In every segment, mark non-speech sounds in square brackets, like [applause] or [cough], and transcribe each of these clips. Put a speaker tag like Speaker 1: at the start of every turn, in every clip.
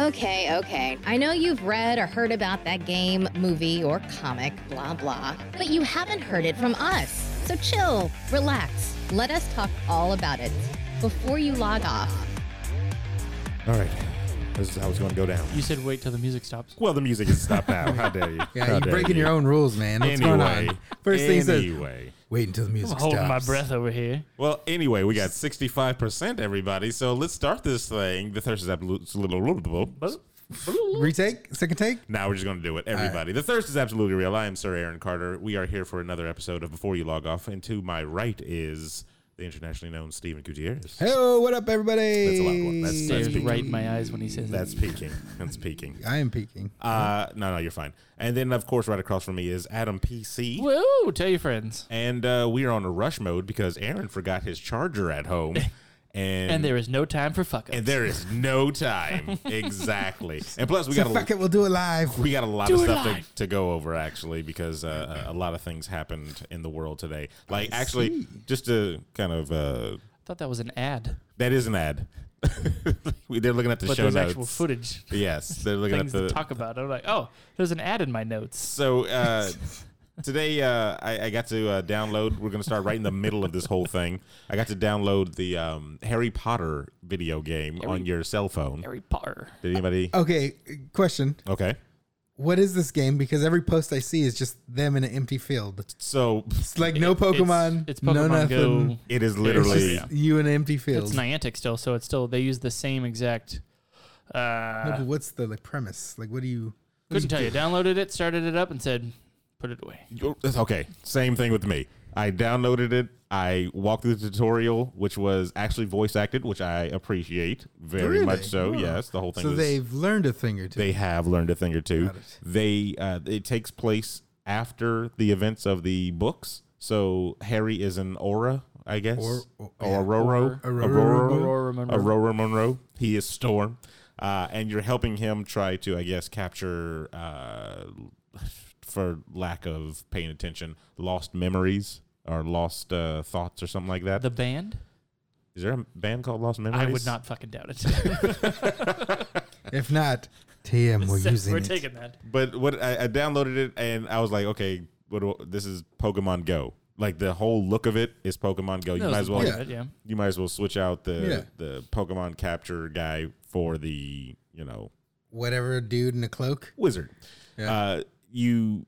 Speaker 1: Okay, okay. I know you've read or heard about that game, movie, or comic, blah, blah, but you haven't heard it from us. So chill, relax, let us talk all about it before you log off.
Speaker 2: All right. This is how it's going to go down.
Speaker 3: You said wait till the music stops.
Speaker 2: Well, the music is stopped now. How dare you?
Speaker 4: [laughs] Yeah,
Speaker 2: How
Speaker 4: you're
Speaker 2: dare
Speaker 4: breaking
Speaker 2: you.
Speaker 4: your own rules, man. What's
Speaker 2: anyway,
Speaker 4: going on? First thing
Speaker 2: anyway.
Speaker 4: he says, wait until the music
Speaker 3: I'm holding
Speaker 4: stops.
Speaker 3: my breath over here.
Speaker 2: Well, anyway, we got 65%, everybody. So let's start this thing. The Thirst is absolutely.
Speaker 4: Retake, second take.
Speaker 2: Now we're just going to do it, everybody. The Thirst is absolutely real. I am Sir Aaron Carter. We are here for another episode of Before You Log Off. And to my right is the internationally known Stephen Gutierrez.
Speaker 4: Hello, what up, everybody?
Speaker 2: That's a loud one. That's- that's-
Speaker 3: Stares
Speaker 2: peaking.
Speaker 3: right in my eyes when he says
Speaker 2: That's
Speaker 3: that.
Speaker 2: peaking. That's
Speaker 4: [laughs]
Speaker 2: peaking.
Speaker 4: I am peeking.
Speaker 2: Uh, no, no, you're fine. And then, of course, right across from me is Adam PC.
Speaker 3: Woo! Tell your friends.
Speaker 2: And uh, we are on a rush mode because Aaron forgot his charger at
Speaker 3: [laughs]
Speaker 2: home. And,
Speaker 3: And there is no time for fuck ups.
Speaker 2: and there is no
Speaker 3: [laughs]
Speaker 2: time. exactly. And plus, we
Speaker 4: So
Speaker 2: got a,
Speaker 4: fuck it, we'll do it live.
Speaker 2: we got a lot
Speaker 3: Do
Speaker 2: of
Speaker 3: it
Speaker 2: stuff to,
Speaker 3: live.
Speaker 2: to go over actually because uh, a a lot of things happened in the world today. Like actually, just to kind of uh,
Speaker 3: I thought that was an ad,
Speaker 2: that is an ad. [laughs] We- They're looking at the
Speaker 3: but
Speaker 2: show
Speaker 3: there's
Speaker 2: notes.
Speaker 3: actual footage,
Speaker 2: Yes, they're looking at
Speaker 3: things
Speaker 2: the.
Speaker 3: to talk about. I'm like, oh, there's an ad in my notes.
Speaker 2: so uh, today, uh, I, I got to uh, download. We're going to start right in the middle of this whole thing. I got to download the um, Harry Potter video game on your cell phone.
Speaker 3: Harry Potter.
Speaker 2: Did anybody?
Speaker 4: Okay, question.
Speaker 2: Okay,
Speaker 4: What is this game? Because every post I see is just them in an empty field.
Speaker 2: so
Speaker 4: It's like no Pokemon,
Speaker 3: It's
Speaker 4: no
Speaker 3: Pokemon
Speaker 4: nothing.
Speaker 3: Go.
Speaker 2: it is
Speaker 4: It's
Speaker 2: literally.
Speaker 4: just you in an empty field.
Speaker 3: It's Niantic still, so it's still they use the same exact.
Speaker 4: No,
Speaker 3: Uh,
Speaker 4: but what's the like premise? Like, what do you?
Speaker 3: couldn't tell you. Downloaded it, started it up, and said, put it away.
Speaker 2: Yo- that's Okay, same thing with me. I downloaded it. I walked through the tutorial, which was actually voice acted, which I appreciate very
Speaker 4: Really?
Speaker 2: much. So
Speaker 4: Wow.
Speaker 2: yes, the whole thing.
Speaker 4: So
Speaker 2: was,
Speaker 4: they've learned a thing or two.
Speaker 2: they have learned a thing or two.
Speaker 4: Got it.
Speaker 2: They uh, it takes place after the events of the books. So Harry is an aura, I guess,
Speaker 4: Or- or- yeah.
Speaker 2: Aurora,
Speaker 4: Or-
Speaker 2: Aurora,
Speaker 4: Aurora
Speaker 3: Aurora Monroe.
Speaker 2: Aurora Monroe. He is Storm, uh, and you're helping him try to, I guess, capture, uh, for lack of paying attention, lost memories or lost uh, thoughts or something like that. Is
Speaker 3: The band?
Speaker 2: there a band called Lost Memories?
Speaker 3: I would not fucking doubt
Speaker 2: [laughs]
Speaker 3: it.
Speaker 4: if not, TM, we're
Speaker 3: [laughs]
Speaker 4: using
Speaker 3: We're
Speaker 4: it.
Speaker 3: taking that.
Speaker 2: But what I, I downloaded it and I was like, okay, what do, this is Pokemon Go. Like the whole look of it is Pokemon Go. You
Speaker 3: That
Speaker 2: might
Speaker 3: was
Speaker 2: as
Speaker 3: the
Speaker 2: well
Speaker 3: point of it, yeah.
Speaker 2: you might as well switch out the
Speaker 4: Yeah.
Speaker 2: the Pokemon capture guy for the you know
Speaker 4: Whatever dude in a cloak.
Speaker 2: wizard.
Speaker 4: Yeah.
Speaker 2: Uh, you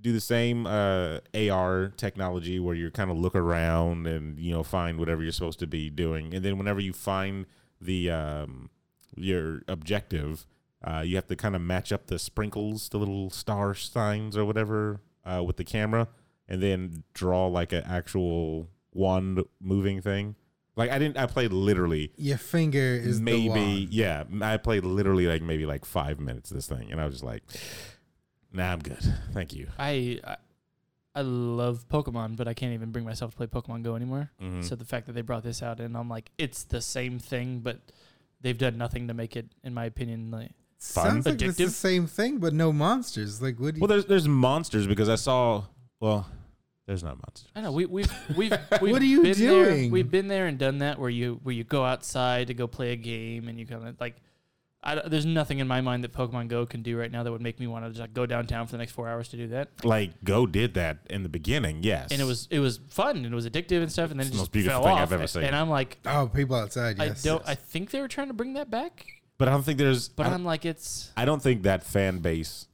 Speaker 2: do the same uh, AR technology where you kind of look around and you know find whatever you're supposed to be doing, and then whenever you find the um, your objective, uh, you have to kind of match up the sprinkles, the little star signs or whatever, uh, with the camera, and then draw like an actual wand moving thing. Like I didn't, I played literally
Speaker 4: Your finger is The
Speaker 2: maybe
Speaker 4: wand.
Speaker 2: yeah i played literally like maybe like five minutes of this thing and i was just like nah i'm good thank you
Speaker 3: I, I I love Pokemon, but I can't even bring myself to play Pokemon Go anymore.
Speaker 2: Hmm. Mm-hmm.
Speaker 3: So the fact that they brought this out and I'm like, it's the same thing, but they've done nothing to make it, in my opinion, like
Speaker 4: Sounds like it's the
Speaker 3: Addictive.
Speaker 4: same thing, but no monsters. Like, what? Do you,
Speaker 2: well there's there's monsters because i saw well there's not monsters
Speaker 3: I know we [laughs] we've we've, we've
Speaker 4: What are you
Speaker 3: been There,
Speaker 4: doing?
Speaker 3: we've been there and done that where you where you go outside to go play a game and you kind of like I don't- there's nothing in my mind that Pokemon Go can do right now that would make me want to just like go downtown for the next four hours to do that.
Speaker 2: like go did that in the beginning yes
Speaker 3: And it was it was fun and it was addictive and stuff and then
Speaker 2: It's the
Speaker 3: it just
Speaker 2: most beautiful
Speaker 3: fell
Speaker 2: thing
Speaker 3: off.
Speaker 2: I've ever seen.
Speaker 3: And I'm like,
Speaker 4: oh, people outside. Yes.
Speaker 3: I don't. I
Speaker 4: yes.
Speaker 3: think they were trying to bring that back,
Speaker 2: but i don't think there's
Speaker 3: but
Speaker 2: I, don't,
Speaker 3: I'm like, it's
Speaker 2: I don't think that fan base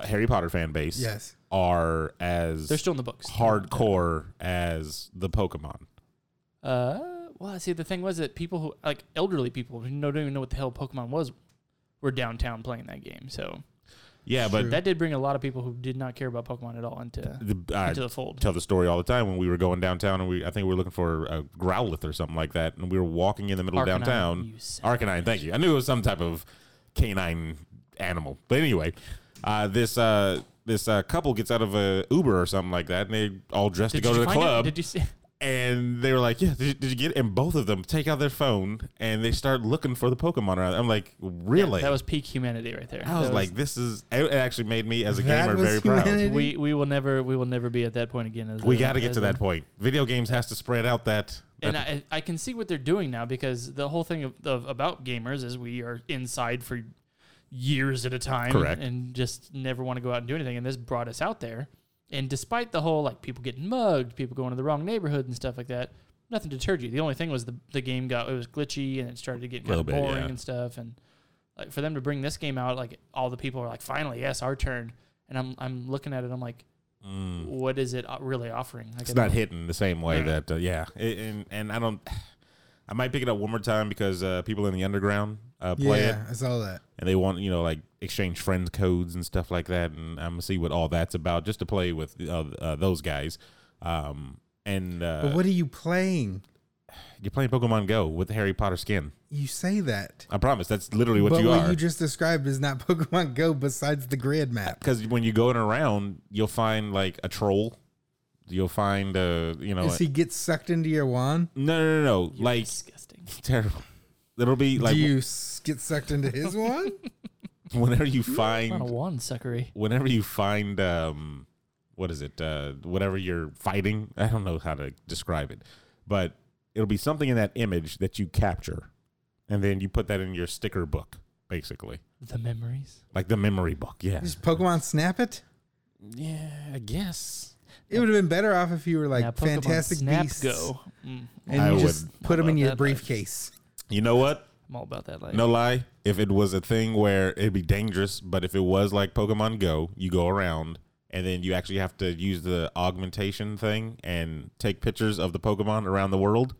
Speaker 2: harry potter fan base
Speaker 4: yes.
Speaker 2: are as
Speaker 3: they're still in the books.
Speaker 2: hardcore as the pokemon
Speaker 3: Uh, well, I see. The thing was that people who like elderly people who know, don't even know what the hell Pokemon was were downtown playing that game. So
Speaker 2: yeah but
Speaker 4: True.
Speaker 3: that did bring a lot of people who did not care about Pokemon at all into
Speaker 2: the, uh, I
Speaker 3: into the fold.
Speaker 2: tell the story all the time when we were going downtown and we I think we were looking for a Growlithe or something like that and we were walking in the middle
Speaker 3: Arcanine,
Speaker 2: of downtown
Speaker 3: you son of
Speaker 2: Arcanine thank you I knew it was some type of canine animal but anyway uh, this uh, this uh, couple gets out of a Uber or something like that and they all dressed
Speaker 3: Did
Speaker 2: to go
Speaker 3: you
Speaker 2: to the
Speaker 3: find out-
Speaker 2: club
Speaker 3: Did you see? [laughs]
Speaker 2: and they were like, "Yeah, did you, did you get?" It? And both of them take out their phone and they start looking for the Pokemon around. I'm like, "Really?"
Speaker 3: That was peak humanity right there.
Speaker 2: I was
Speaker 3: That
Speaker 2: like, "This is." It it actually made me as a
Speaker 4: That
Speaker 2: gamer
Speaker 4: was
Speaker 2: very proud.
Speaker 4: humanity.
Speaker 3: we we will never we will never be at that point again. As
Speaker 2: We
Speaker 3: a-
Speaker 2: got to get
Speaker 3: as
Speaker 2: to
Speaker 3: a-
Speaker 2: that point. Video games has to spread out that.
Speaker 3: And
Speaker 2: that-
Speaker 3: I, I can see what they're doing now because the whole thing of, of about gamers is we are inside for years at a time
Speaker 2: Correct.
Speaker 3: and just never want to go out and do anything. And this brought us out there. And despite the whole like people getting mugged, people going to the wrong neighborhood and stuff like that, nothing deterred you. The only thing was the, the game got it was glitchy and it started to get kind
Speaker 2: Little
Speaker 3: of
Speaker 2: bit,
Speaker 3: boring
Speaker 2: yeah.
Speaker 3: and stuff. And like for them to bring this game out, like all the people are like, finally, yes, our turn. And I'm I'm looking at it, I'm like,
Speaker 2: Mm.
Speaker 3: what is it o- really offering? Like,
Speaker 2: it's
Speaker 3: I
Speaker 2: not
Speaker 3: don't-
Speaker 2: hitting the same way
Speaker 3: Yeah.
Speaker 2: that uh, yeah It- and and i don't i might pick it up one more time because uh, people in the underground uh, play
Speaker 4: yeah,
Speaker 2: it
Speaker 4: I saw that.
Speaker 2: and they want you know like exchange friends codes and stuff like that and i'm gonna see what all that's about just to play with uh, uh, those guys um and uh,
Speaker 4: But what are you playing?
Speaker 2: you're playing pokemon go with the harry potter skin
Speaker 4: You say that.
Speaker 2: i promise that's literally what
Speaker 4: but
Speaker 2: you
Speaker 4: what
Speaker 2: are
Speaker 4: you just described is not [laughs] Pokemon Go besides the grid map.
Speaker 2: because when you go in around you'll find like a troll you'll find uh you know
Speaker 4: Does he get sucked into your wand?
Speaker 2: no no no, no.
Speaker 3: You're
Speaker 2: like
Speaker 3: disgusting.
Speaker 2: [laughs] terrible it'll be like
Speaker 4: Do you s- get sucked
Speaker 2: [laughs]
Speaker 4: into his wand?
Speaker 2: whenever you
Speaker 3: Not a
Speaker 2: find
Speaker 3: wand suckery.
Speaker 2: whenever you find um what is it uh whatever you're fighting i don't know how to describe it but it'll be something in that image that you capture and then you put that in your sticker book basically
Speaker 3: The memories.
Speaker 2: like the memory book yeah
Speaker 4: Just Pokemon Snap it?
Speaker 2: yeah i guess
Speaker 4: It would have been better off if you were like
Speaker 3: Now, Pokemon
Speaker 4: Fantastic
Speaker 3: Snap
Speaker 4: Beasts
Speaker 3: Go. Mm,
Speaker 4: and
Speaker 2: I
Speaker 4: you just put them in
Speaker 3: Love
Speaker 4: your
Speaker 3: that
Speaker 4: briefcase.
Speaker 2: you know what
Speaker 3: I'm all about that life.
Speaker 2: no lie if it was a thing where it'd be dangerous but if it was like pokemon go you go around and then you actually have to use the augmentation thing and take pictures of the pokemon around the world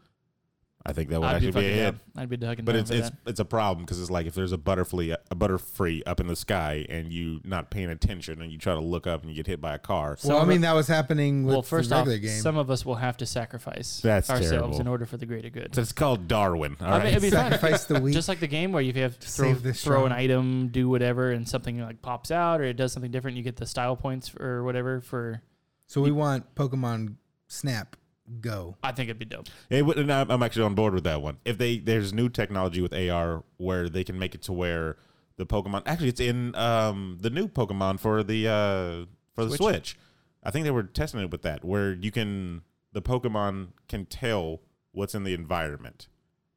Speaker 2: i think that would
Speaker 3: I'd be
Speaker 2: actually be,
Speaker 3: fucking
Speaker 2: a hit
Speaker 3: down. I'd be ducking
Speaker 2: But
Speaker 3: down
Speaker 2: it's
Speaker 3: for
Speaker 2: it's
Speaker 3: that.
Speaker 2: it's a problem because it's like if there's a butterfly a butterfree up in the sky and you not paying attention and you try to look up and you get hit by a car.
Speaker 3: Some
Speaker 4: well, I
Speaker 3: of
Speaker 4: mean,
Speaker 3: it-
Speaker 4: that was happening with
Speaker 3: well, first
Speaker 4: the
Speaker 3: off,
Speaker 4: regular game.
Speaker 3: some of us will have to sacrifice
Speaker 2: That's
Speaker 3: ourselves
Speaker 2: terrible.
Speaker 3: in order for the greater good.
Speaker 2: So it's called Darwin. All
Speaker 3: I mean,
Speaker 2: right.
Speaker 3: it'd be fun.
Speaker 4: Sacrifice the weak.
Speaker 3: Just like the game where you have to throw,
Speaker 4: save this
Speaker 3: throw an
Speaker 4: show.
Speaker 3: item, do whatever, and something like pops out or it does something different, you get the style points or whatever. For
Speaker 4: so we want Pokemon Snap Go.
Speaker 3: I think it'd be dope.
Speaker 2: It would- and I'm I'm actually on board with that one. If they there's new technology with AR where they can make it to where the Pokemon actually it's in um the new Pokemon for the uh for the Switch.
Speaker 3: Switch.
Speaker 2: I think they were testing it with that where you can the Pokemon can tell what's in the environment.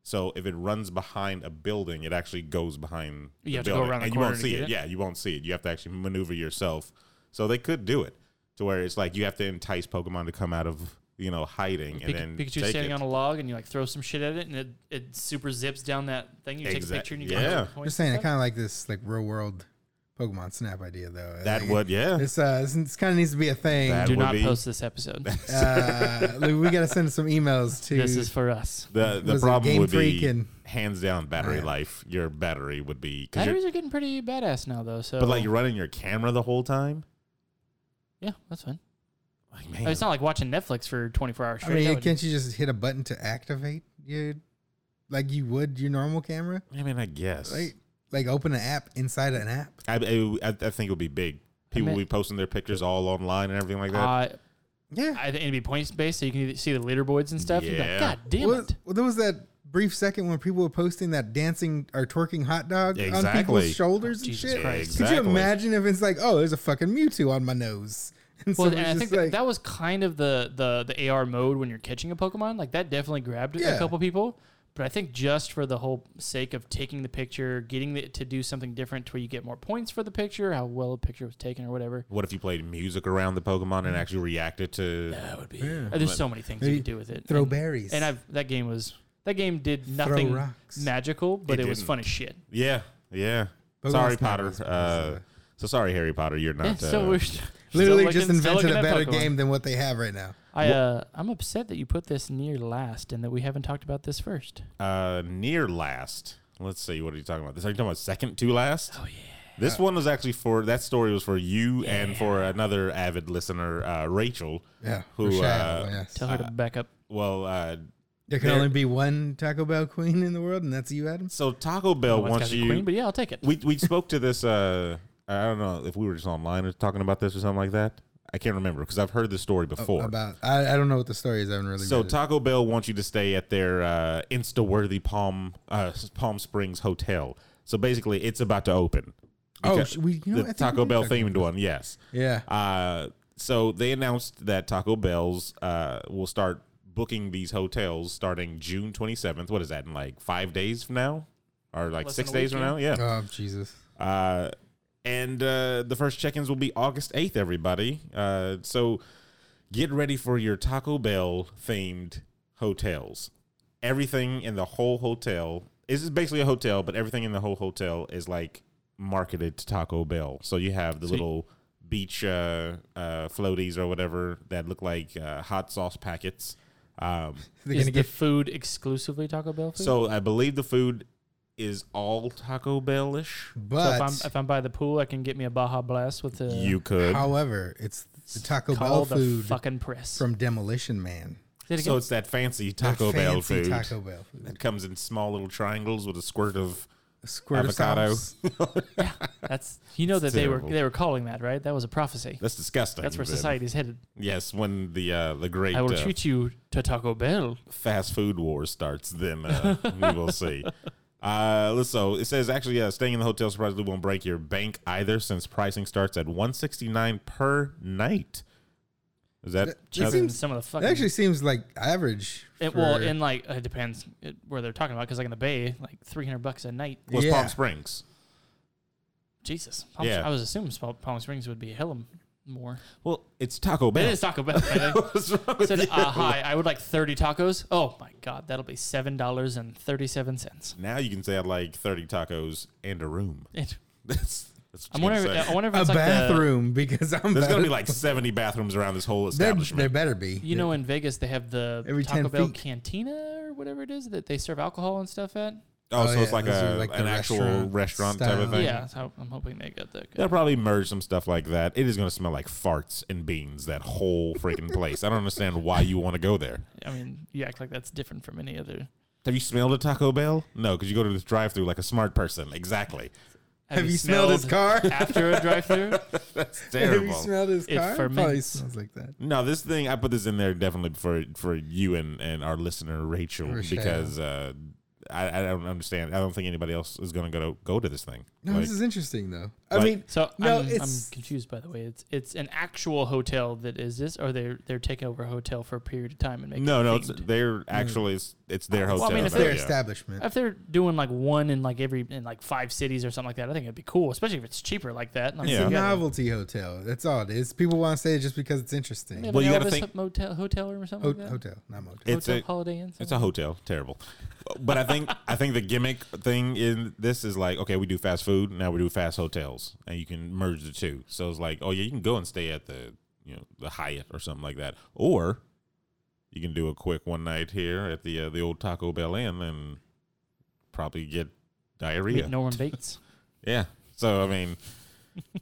Speaker 2: So if it runs behind a building, it actually goes behind.
Speaker 3: You
Speaker 2: the
Speaker 3: have to go
Speaker 2: building,
Speaker 3: around the
Speaker 2: and you
Speaker 3: corner
Speaker 2: won't
Speaker 3: to
Speaker 2: see
Speaker 3: get
Speaker 2: it.
Speaker 3: it?
Speaker 2: Yeah, you won't see it. You have to actually maneuver yourself. So they could do it to where it's like you have to entice Pokemon to come out of you know hiding
Speaker 3: Pik-
Speaker 2: and then
Speaker 3: Pikachu's
Speaker 2: take
Speaker 3: standing
Speaker 2: it.
Speaker 3: on a log and you like throw some shit at it and it, it super zips down that thing. You take
Speaker 2: Exact-
Speaker 3: a picture and you
Speaker 2: yeah.
Speaker 3: get
Speaker 2: I'm
Speaker 3: hundred points.
Speaker 4: Just saying, I
Speaker 3: and stuff.
Speaker 4: kind of like this like real world Pokemon Snap idea though. I
Speaker 2: That
Speaker 4: think
Speaker 2: would, yeah.
Speaker 4: It's uh, this kind of needs to be a thing.
Speaker 2: That
Speaker 3: Do
Speaker 2: would
Speaker 3: not
Speaker 2: be-
Speaker 3: post this episode.
Speaker 2: [laughs]
Speaker 4: Uh, we got to send some emails to
Speaker 3: this is for us.
Speaker 2: The the
Speaker 4: was it
Speaker 2: problem
Speaker 4: Game
Speaker 2: would be
Speaker 4: Freak and-
Speaker 2: hands down battery
Speaker 4: Yeah.
Speaker 2: life. Your battery would be because
Speaker 3: Batteries are getting pretty badass now, though. So,
Speaker 2: but like you're running your camera the whole time.
Speaker 3: yeah, that's fine.
Speaker 2: Like
Speaker 3: I
Speaker 2: man,
Speaker 3: mean, Oh, it's not like watching Netflix for 24 hours
Speaker 4: I
Speaker 3: straight.
Speaker 4: mean,
Speaker 3: That would-
Speaker 4: can't you just hit a button to activate your like you would your normal camera?
Speaker 2: I mean, I guess
Speaker 4: Like like open an app inside an app.
Speaker 2: I, I I I think it would be big. People
Speaker 3: mean-
Speaker 2: will be posting their pictures all online and everything like that.
Speaker 3: uh,
Speaker 4: Yeah.
Speaker 3: I think it'd be points based, so you can see the leaderboards and stuff. You'd be
Speaker 2: Yeah.
Speaker 3: like, God damn
Speaker 4: well,
Speaker 3: it!
Speaker 4: well, there was that brief second when people were posting that dancing or twerking hot dog on
Speaker 2: Exactly.
Speaker 4: people's shoulders and
Speaker 3: Oh, Jesus
Speaker 4: shit.
Speaker 2: Christ.
Speaker 4: Could
Speaker 2: Exactly.
Speaker 4: you imagine if it's like, oh, there's a fucking Mewtwo on my nose? [laughs] And
Speaker 3: Well, and
Speaker 4: someone's
Speaker 3: I
Speaker 4: just
Speaker 3: think
Speaker 4: like-
Speaker 3: that, that was kind of the, the the AR mode when you're catching a Pokemon. Like that definitely grabbed
Speaker 4: Yeah.
Speaker 3: a couple people. But I think just for the whole sake of taking the picture, getting it to do something different to where you get more points for the picture, how well a picture was taken or whatever.
Speaker 2: what if you played music around the Pokemon and actually reacted to?
Speaker 3: That would be.
Speaker 4: Yeah.
Speaker 3: There's so many things you
Speaker 4: Maybe
Speaker 3: could do with it.
Speaker 4: throw
Speaker 3: And-
Speaker 4: berries.
Speaker 3: And I've that game was that game did nothing
Speaker 4: rocks.
Speaker 3: magical, but
Speaker 2: It
Speaker 3: it, was
Speaker 2: didn't.
Speaker 3: fun as shit.
Speaker 2: Yeah, yeah.
Speaker 4: Pokemon
Speaker 2: sorry,
Speaker 4: Snap
Speaker 2: Potter.
Speaker 4: is- is,
Speaker 2: Uh,
Speaker 4: uh,
Speaker 2: so sorry, Harry Potter. You're not.
Speaker 3: Yeah, [laughs] so
Speaker 2: uh, [laughs]
Speaker 3: we're still
Speaker 4: literally
Speaker 3: looking-
Speaker 4: just
Speaker 3: still
Speaker 4: invented
Speaker 3: looking
Speaker 4: a
Speaker 3: at
Speaker 4: better
Speaker 3: Pokemon.
Speaker 4: game than what they have right now.
Speaker 3: I uh, I'm upset that you put this near last and that we haven't talked about this first.
Speaker 2: uh, near last. Let's see. What are you talking about? This are you talking about second to last? Oh yeah. This one was actually for that story was for you and for another avid listener, uh, Rachel.
Speaker 4: Yeah.
Speaker 2: Who,
Speaker 4: for
Speaker 2: uh,
Speaker 4: Shadow, yes.
Speaker 3: Tell her to back up.
Speaker 2: Well, uh,
Speaker 4: There can
Speaker 2: there-
Speaker 4: only be one Taco Bell queen in the world, and that's you, Adam.
Speaker 2: so Taco
Speaker 3: Oh,
Speaker 2: Bell
Speaker 3: it's
Speaker 2: wants
Speaker 3: gotta be
Speaker 2: you.
Speaker 3: queen, but yeah, I'll take it.
Speaker 2: we we spoke to this. Uh, I don't know if we were just online or talking about this or something like that. I can't remember because I've heard the story before.
Speaker 4: Oh, About I, I don't know what the story is. I haven't really.
Speaker 2: so
Speaker 4: read it.
Speaker 2: Taco Bell wants you to stay at their uh, Insta-worthy Palm uh, Palm Springs hotel. So basically, it's about to open.
Speaker 4: Oh,
Speaker 2: Because-
Speaker 4: sh- we- you know, I
Speaker 2: the
Speaker 4: think
Speaker 2: Taco
Speaker 4: we did
Speaker 2: Bell
Speaker 4: talk about
Speaker 2: themed one, yes.
Speaker 4: Yeah.
Speaker 2: Uh, so they announced that Taco Bell's uh, will start booking these hotels starting June 27th. What is that in like five days from now, or like
Speaker 3: Less than
Speaker 2: six
Speaker 3: a
Speaker 2: days from
Speaker 3: week,
Speaker 2: now? Yeah.
Speaker 4: Oh Jesus.
Speaker 2: Uh, and uh, the first check-ins will be August 8th, everybody. Uh, so get ready for your Taco Bell themed hotels. Everything in the whole hotel this is basically a hotel, but everything in the whole hotel is like marketed to Taco Bell. So you have the
Speaker 3: So you-
Speaker 2: little beach uh, uh, floaties or whatever that look like uh, hot sauce packets. Um,
Speaker 4: They're
Speaker 3: is
Speaker 4: gonna
Speaker 3: the
Speaker 4: get
Speaker 3: food exclusively Taco Bell food?
Speaker 2: so I believe the food is all Taco Bellish.
Speaker 3: So if
Speaker 4: but
Speaker 3: I'm if I'm by the pool, I can get me a Baja Blast with the
Speaker 2: You could.
Speaker 4: however, it's the Taco
Speaker 3: call
Speaker 4: Bell
Speaker 3: the
Speaker 4: food
Speaker 3: fucking press.
Speaker 4: from Demolition Man.
Speaker 3: Say it again.
Speaker 2: So it's that fancy
Speaker 4: That
Speaker 2: Taco Bell
Speaker 4: fancy
Speaker 2: food
Speaker 4: Taco Bell food.
Speaker 2: that comes in small little triangles with a squirt of. [laughs]
Speaker 4: A squirt
Speaker 2: Avocado.
Speaker 4: Of sauce.
Speaker 3: That's you know that
Speaker 2: It's
Speaker 3: they
Speaker 2: terrible.
Speaker 3: were they were calling that right. That was a prophecy.
Speaker 2: That's disgusting.
Speaker 3: That's where
Speaker 2: but-
Speaker 3: society's headed.
Speaker 2: Yes, when the uh, the great
Speaker 3: I will
Speaker 2: uh,
Speaker 3: treat you to Taco Bell.
Speaker 2: fast food war starts, then uh, we
Speaker 3: [laughs]
Speaker 2: will see. Uh, let's- so it says actually, uh, staying in the hotel surprisingly won't break your bank either, since pricing starts at one sixty nine per night. Is that?
Speaker 4: That- that
Speaker 2: that's-
Speaker 4: seems-
Speaker 3: Some of the
Speaker 4: It
Speaker 3: fucking
Speaker 4: actually seems like average.
Speaker 3: It, well,
Speaker 4: for-
Speaker 3: in like it depends it, where they're talking about. Because like in the Bay, like three hundred bucks a night.
Speaker 2: was
Speaker 4: yeah.
Speaker 2: Palm Springs?
Speaker 3: Jesus, Palm,
Speaker 2: Yeah.
Speaker 3: I was assuming Palm, Palm Springs would be hell of more.
Speaker 2: Well, it's Taco
Speaker 3: It
Speaker 2: Bell.
Speaker 3: is Taco Bell. I think.
Speaker 2: [laughs]
Speaker 4: [laughs]
Speaker 2: What's wrong with
Speaker 3: Said,
Speaker 2: you?
Speaker 3: uh, hi, I would like thirty tacos. Oh my god, that'll be seven dollars and thirty seven cents.
Speaker 2: Now you can say I'd like thirty tacos and a room. [laughs] That's. that's what
Speaker 3: I'm
Speaker 2: you can
Speaker 3: wondering. uh,
Speaker 2: say.
Speaker 3: If, I wonder if
Speaker 4: a
Speaker 3: it's like the,
Speaker 4: bathroom because I'm.
Speaker 2: [laughs] There's
Speaker 4: about-
Speaker 2: gonna be like 70 bathrooms around this whole
Speaker 4: there, there
Speaker 2: establishment.
Speaker 4: better be.
Speaker 3: you know in Vegas they have the
Speaker 4: Every 10
Speaker 3: Taco Bell
Speaker 4: feet.
Speaker 3: cantina or whatever it is that they serve alcohol and stuff at.
Speaker 2: oh, so
Speaker 4: Oh,
Speaker 2: it's
Speaker 4: yeah,
Speaker 2: like
Speaker 4: those
Speaker 2: a
Speaker 4: are like the
Speaker 2: an actual restaurant,
Speaker 4: restaurant
Speaker 2: type of
Speaker 4: style.
Speaker 2: thing.
Speaker 3: Yeah, so I'm hoping they got that.
Speaker 2: They'll probably merge some stuff like that. It is gonna smell like farts and beans. That whole freaking
Speaker 4: [laughs]
Speaker 2: place. I don't understand why you want to go there.
Speaker 3: I mean, you act like that's different from any other.
Speaker 2: Have you smelled a Taco Bell? No, because you go to this drive-through like a smart person. Exactly.
Speaker 4: Have you smelled his [laughs] car?
Speaker 3: [laughs] after a drive-through?
Speaker 2: That's
Speaker 4: [laughs] Have you
Speaker 2: terrible.
Speaker 4: smelled his
Speaker 3: It
Speaker 4: car? It Probably
Speaker 3: ferments.
Speaker 4: smells like that.
Speaker 2: No, this thing I put this in there definitely for for you and and our listener Rachel
Speaker 4: Rachel.
Speaker 2: because uh, I I don't understand. I don't think anybody else is gonna go to go to this thing.
Speaker 4: No,
Speaker 2: Like-
Speaker 4: this is interesting though. I
Speaker 2: Like-
Speaker 4: mean,
Speaker 3: So
Speaker 4: No,
Speaker 3: I'm, I'm
Speaker 4: it's-
Speaker 3: confused by the way. It's it's an actual hotel that is this, or they're they're taking over a hotel for a period of time and making
Speaker 2: No,
Speaker 3: it
Speaker 2: no, it's,
Speaker 3: themed?
Speaker 2: they're actually it's, it's their
Speaker 3: Well, I
Speaker 2: hotel.
Speaker 3: mean,
Speaker 4: it's
Speaker 3: if
Speaker 2: though,
Speaker 4: their
Speaker 3: they're-
Speaker 2: yeah.
Speaker 4: establishment.
Speaker 3: if they're doing like one in like every in like five cities or something like that, I think it'd be cool, especially if it's cheaper like that. And I'm
Speaker 2: It's
Speaker 3: like,
Speaker 2: a
Speaker 3: you gotta-
Speaker 4: Novelty hotel. That's all it is. People want to say it just because it's
Speaker 3: they
Speaker 4: interesting.
Speaker 3: have
Speaker 2: Well,
Speaker 3: an
Speaker 2: you gotta
Speaker 3: Elvis
Speaker 2: think-
Speaker 3: motel hotel room or something.
Speaker 4: Ho-
Speaker 3: like that?
Speaker 4: hotel, not motel.
Speaker 2: It's
Speaker 3: hotel
Speaker 2: a-
Speaker 3: Holiday Inn.
Speaker 2: It's
Speaker 3: something?
Speaker 2: a hotel, terrible. But I think I think the gimmick thing in this is like, okay, we do fast food, now we do fast hotels, and you can merge the two. So it's like, oh yeah, you can go and stay at the you know the Hyatt or something like that, or you can do a quick one night here at the uh, the old Taco Bell Inn and probably get
Speaker 3: Meet
Speaker 2: diarrhea.
Speaker 3: Norman
Speaker 2: [laughs]
Speaker 3: Bates.
Speaker 2: Yeah. So I mean,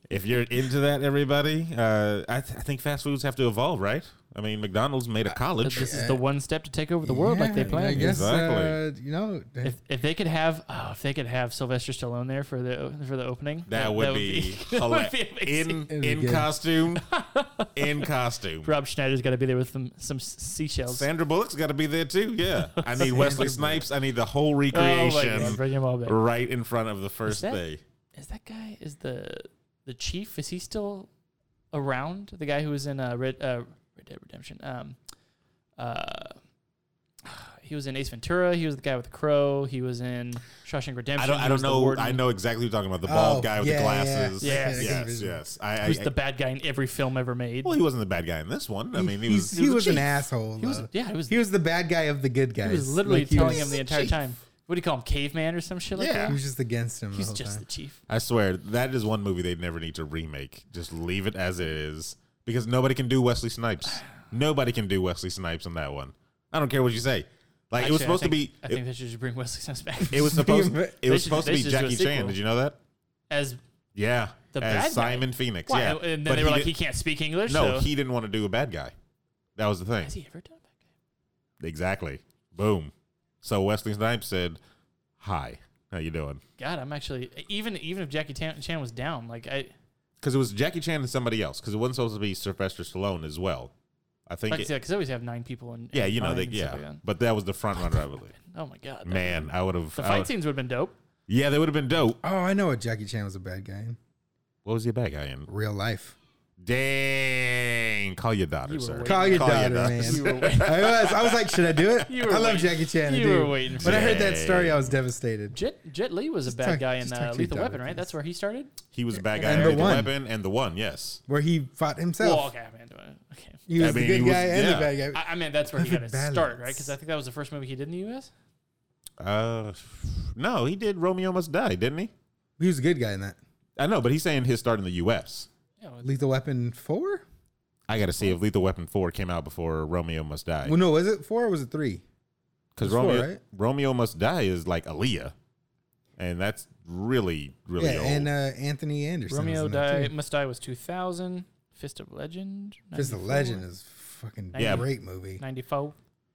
Speaker 2: if you're into that, everybody, uh, I, th- I think fast foods have to evolve, right? I mean, McDonald's made a college.
Speaker 3: this is the one step to take over the world, like they
Speaker 4: Yeah, I
Speaker 3: planned.
Speaker 4: guess uh,
Speaker 2: Exactly.
Speaker 4: you know.
Speaker 3: If, if they could have, oh, if they could have Sylvester Stallone there for the for the opening,
Speaker 2: That, would, be,
Speaker 3: that would
Speaker 2: hilarious.
Speaker 3: be [laughs] amazing.
Speaker 2: in
Speaker 4: [laughs] It'd be
Speaker 2: in
Speaker 4: good. [laughs]
Speaker 2: costume, in costume.
Speaker 3: Rob Schneider's got to be there with some some s- seashells.
Speaker 2: Sandra Bullock's got to be there too. Yeah, I need Wesley Snipes. I need the
Speaker 4: Oh
Speaker 2: whole
Speaker 3: Oh God,
Speaker 2: recreation
Speaker 3: bring him all back.
Speaker 2: right in front of the first
Speaker 3: that-
Speaker 2: day.
Speaker 3: Is that guy? Is the the chief? Is he still around? The guy who was in uh, Red, uh, Red Dead Redemption. Um, uh, [sighs] he was in Ace Ventura. He was the guy with the crow. He was in Shawshank Redemption.
Speaker 2: I don't.
Speaker 3: He
Speaker 2: I don't
Speaker 3: was the
Speaker 2: know.
Speaker 3: warden.
Speaker 2: I know exactly who you're talking about. The bald
Speaker 4: Oh,
Speaker 2: guy with the
Speaker 4: yeah, yeah, yeah.
Speaker 2: glasses.
Speaker 3: Yeah, I can
Speaker 2: Yes.
Speaker 4: envision him.
Speaker 2: Yes. I. I,
Speaker 3: Who's the bad guy in every film ever made?
Speaker 2: well, he wasn't the bad guy in this one. I mean, he,
Speaker 4: He's-
Speaker 2: was.
Speaker 4: he was
Speaker 2: the
Speaker 4: an
Speaker 2: chief.
Speaker 4: asshole.
Speaker 3: he
Speaker 2: uh,
Speaker 3: was.
Speaker 4: though.
Speaker 3: Yeah, he was.
Speaker 4: He was the bad guy of the good guys.
Speaker 3: He was literally
Speaker 4: Like, he
Speaker 3: telling
Speaker 4: was-
Speaker 3: him the entire
Speaker 2: chief.
Speaker 3: time. What do you call him? Caveman or some shit like
Speaker 2: Yeah.
Speaker 4: He
Speaker 3: that?
Speaker 4: was just against him. the
Speaker 3: He's
Speaker 4: whole
Speaker 3: just
Speaker 4: time.
Speaker 3: the chief.
Speaker 2: I swear that is one movie they never need to remake. Just leave it as it is because nobody can do Wesley Snipes. Nobody can do Wesley Snipes on that one. I don't care what you say. Like it was
Speaker 3: Actually, I
Speaker 2: supposed
Speaker 3: think-
Speaker 2: to
Speaker 3: I
Speaker 2: be.
Speaker 3: think they should just bring Wesley Snipes back.
Speaker 2: It
Speaker 3: [laughs]
Speaker 2: was supposed.
Speaker 4: They
Speaker 2: It was
Speaker 3: should-
Speaker 2: supposed to
Speaker 3: they
Speaker 2: be
Speaker 3: should do a
Speaker 2: Jackie Chan.
Speaker 3: sequel.
Speaker 2: Did you know that?
Speaker 3: as
Speaker 2: Yeah,
Speaker 3: The
Speaker 2: as
Speaker 3: bad guy?
Speaker 2: Simon Phoenix.
Speaker 3: why?
Speaker 2: Yeah,
Speaker 3: And
Speaker 2: But
Speaker 3: then they were like,
Speaker 2: did-
Speaker 3: he can't speak English.
Speaker 2: no,
Speaker 3: so.
Speaker 2: he didn't want to do a bad guy. That was the thing.
Speaker 3: has he ever done that?
Speaker 2: Exactly. Boom. So Wesley Snipes said, "Hi, how you doing?"
Speaker 3: God, I'm actually even even if Jackie Tan- Chan was down, like I
Speaker 2: because it was Jackie Chan and somebody else because it wasn't supposed to be Sylvester Stallone as well. I think.
Speaker 3: Like,
Speaker 2: It,
Speaker 3: yeah, because they always have nine people in.
Speaker 2: yeah,
Speaker 3: in
Speaker 2: you know,
Speaker 3: line
Speaker 2: they,
Speaker 3: and stuff
Speaker 2: yeah,
Speaker 3: like
Speaker 2: but that was the front runner, I believe.
Speaker 3: that. Oh my god. [laughs] that-
Speaker 2: Man, I would have.
Speaker 3: the fight scenes would have been dope.
Speaker 2: Yeah, they would have been dope.
Speaker 4: Oh, I know what Jackie Chan was a bad guy in
Speaker 2: What was your bad guy in?
Speaker 4: real life.
Speaker 2: Dang, call your daughter,
Speaker 3: You were
Speaker 2: sir.
Speaker 3: waiting.
Speaker 4: Call your
Speaker 2: Call your
Speaker 4: daughter,
Speaker 2: daughters. [laughs]
Speaker 3: [laughs]
Speaker 4: man.
Speaker 3: You were waiting.
Speaker 4: [laughs] I was. I was like, should I do it?
Speaker 3: You
Speaker 4: I
Speaker 3: were
Speaker 4: love
Speaker 3: waiting.
Speaker 4: Jackie Chan. I
Speaker 3: You
Speaker 4: do.
Speaker 3: were waiting for
Speaker 4: When I heard that
Speaker 2: Dang.
Speaker 4: story, I was
Speaker 3: [laughs]
Speaker 4: devastated.
Speaker 3: Jet Jet Li was a bad
Speaker 4: talk-
Speaker 3: guy in
Speaker 4: just
Speaker 3: uh,
Speaker 4: talk to
Speaker 3: Lethal
Speaker 4: your
Speaker 3: Weapon,
Speaker 4: daughter,
Speaker 3: right? That's where he started.
Speaker 2: He was a bad guy
Speaker 4: And the
Speaker 2: with the
Speaker 4: one.
Speaker 2: weapon and the one. Yes,
Speaker 4: Where he fought himself.
Speaker 3: Well, okay, I mean, okay.
Speaker 4: He
Speaker 2: I
Speaker 4: was
Speaker 2: mean,
Speaker 4: the
Speaker 2: he
Speaker 4: good
Speaker 2: was-
Speaker 4: guy and
Speaker 2: yeah.
Speaker 4: the bad guy.
Speaker 3: I, I mean, that's where he got his
Speaker 4: Perfect
Speaker 3: start, right?
Speaker 4: balance.
Speaker 3: Because I think that was the first movie he did in the U.S.
Speaker 2: Uh, no, he did. Romeo Must Die, didn't he?
Speaker 4: He was a good guy in that.
Speaker 2: I know, but he's saying his start in the U.S.
Speaker 3: Yeah, well,
Speaker 4: Lethal Weapon four?
Speaker 2: I got to see if Lethal Weapon Four came out before Romeo Must Die.
Speaker 4: Well, no, was it four or was it three?
Speaker 2: Because
Speaker 4: It's four,
Speaker 2: Romeo,
Speaker 4: right?
Speaker 2: Romeo Must Die is like Aaliyah, and that's really really
Speaker 4: yeah,
Speaker 2: old.
Speaker 4: and uh, Anthony Anderson. was
Speaker 3: Romeo
Speaker 4: in that,
Speaker 3: Die
Speaker 4: too.
Speaker 3: Must Die was 2000. Fist of Legend.
Speaker 4: Just the
Speaker 3: 94,
Speaker 4: legend is fucking
Speaker 2: Yeah.
Speaker 4: great movie.
Speaker 3: 94.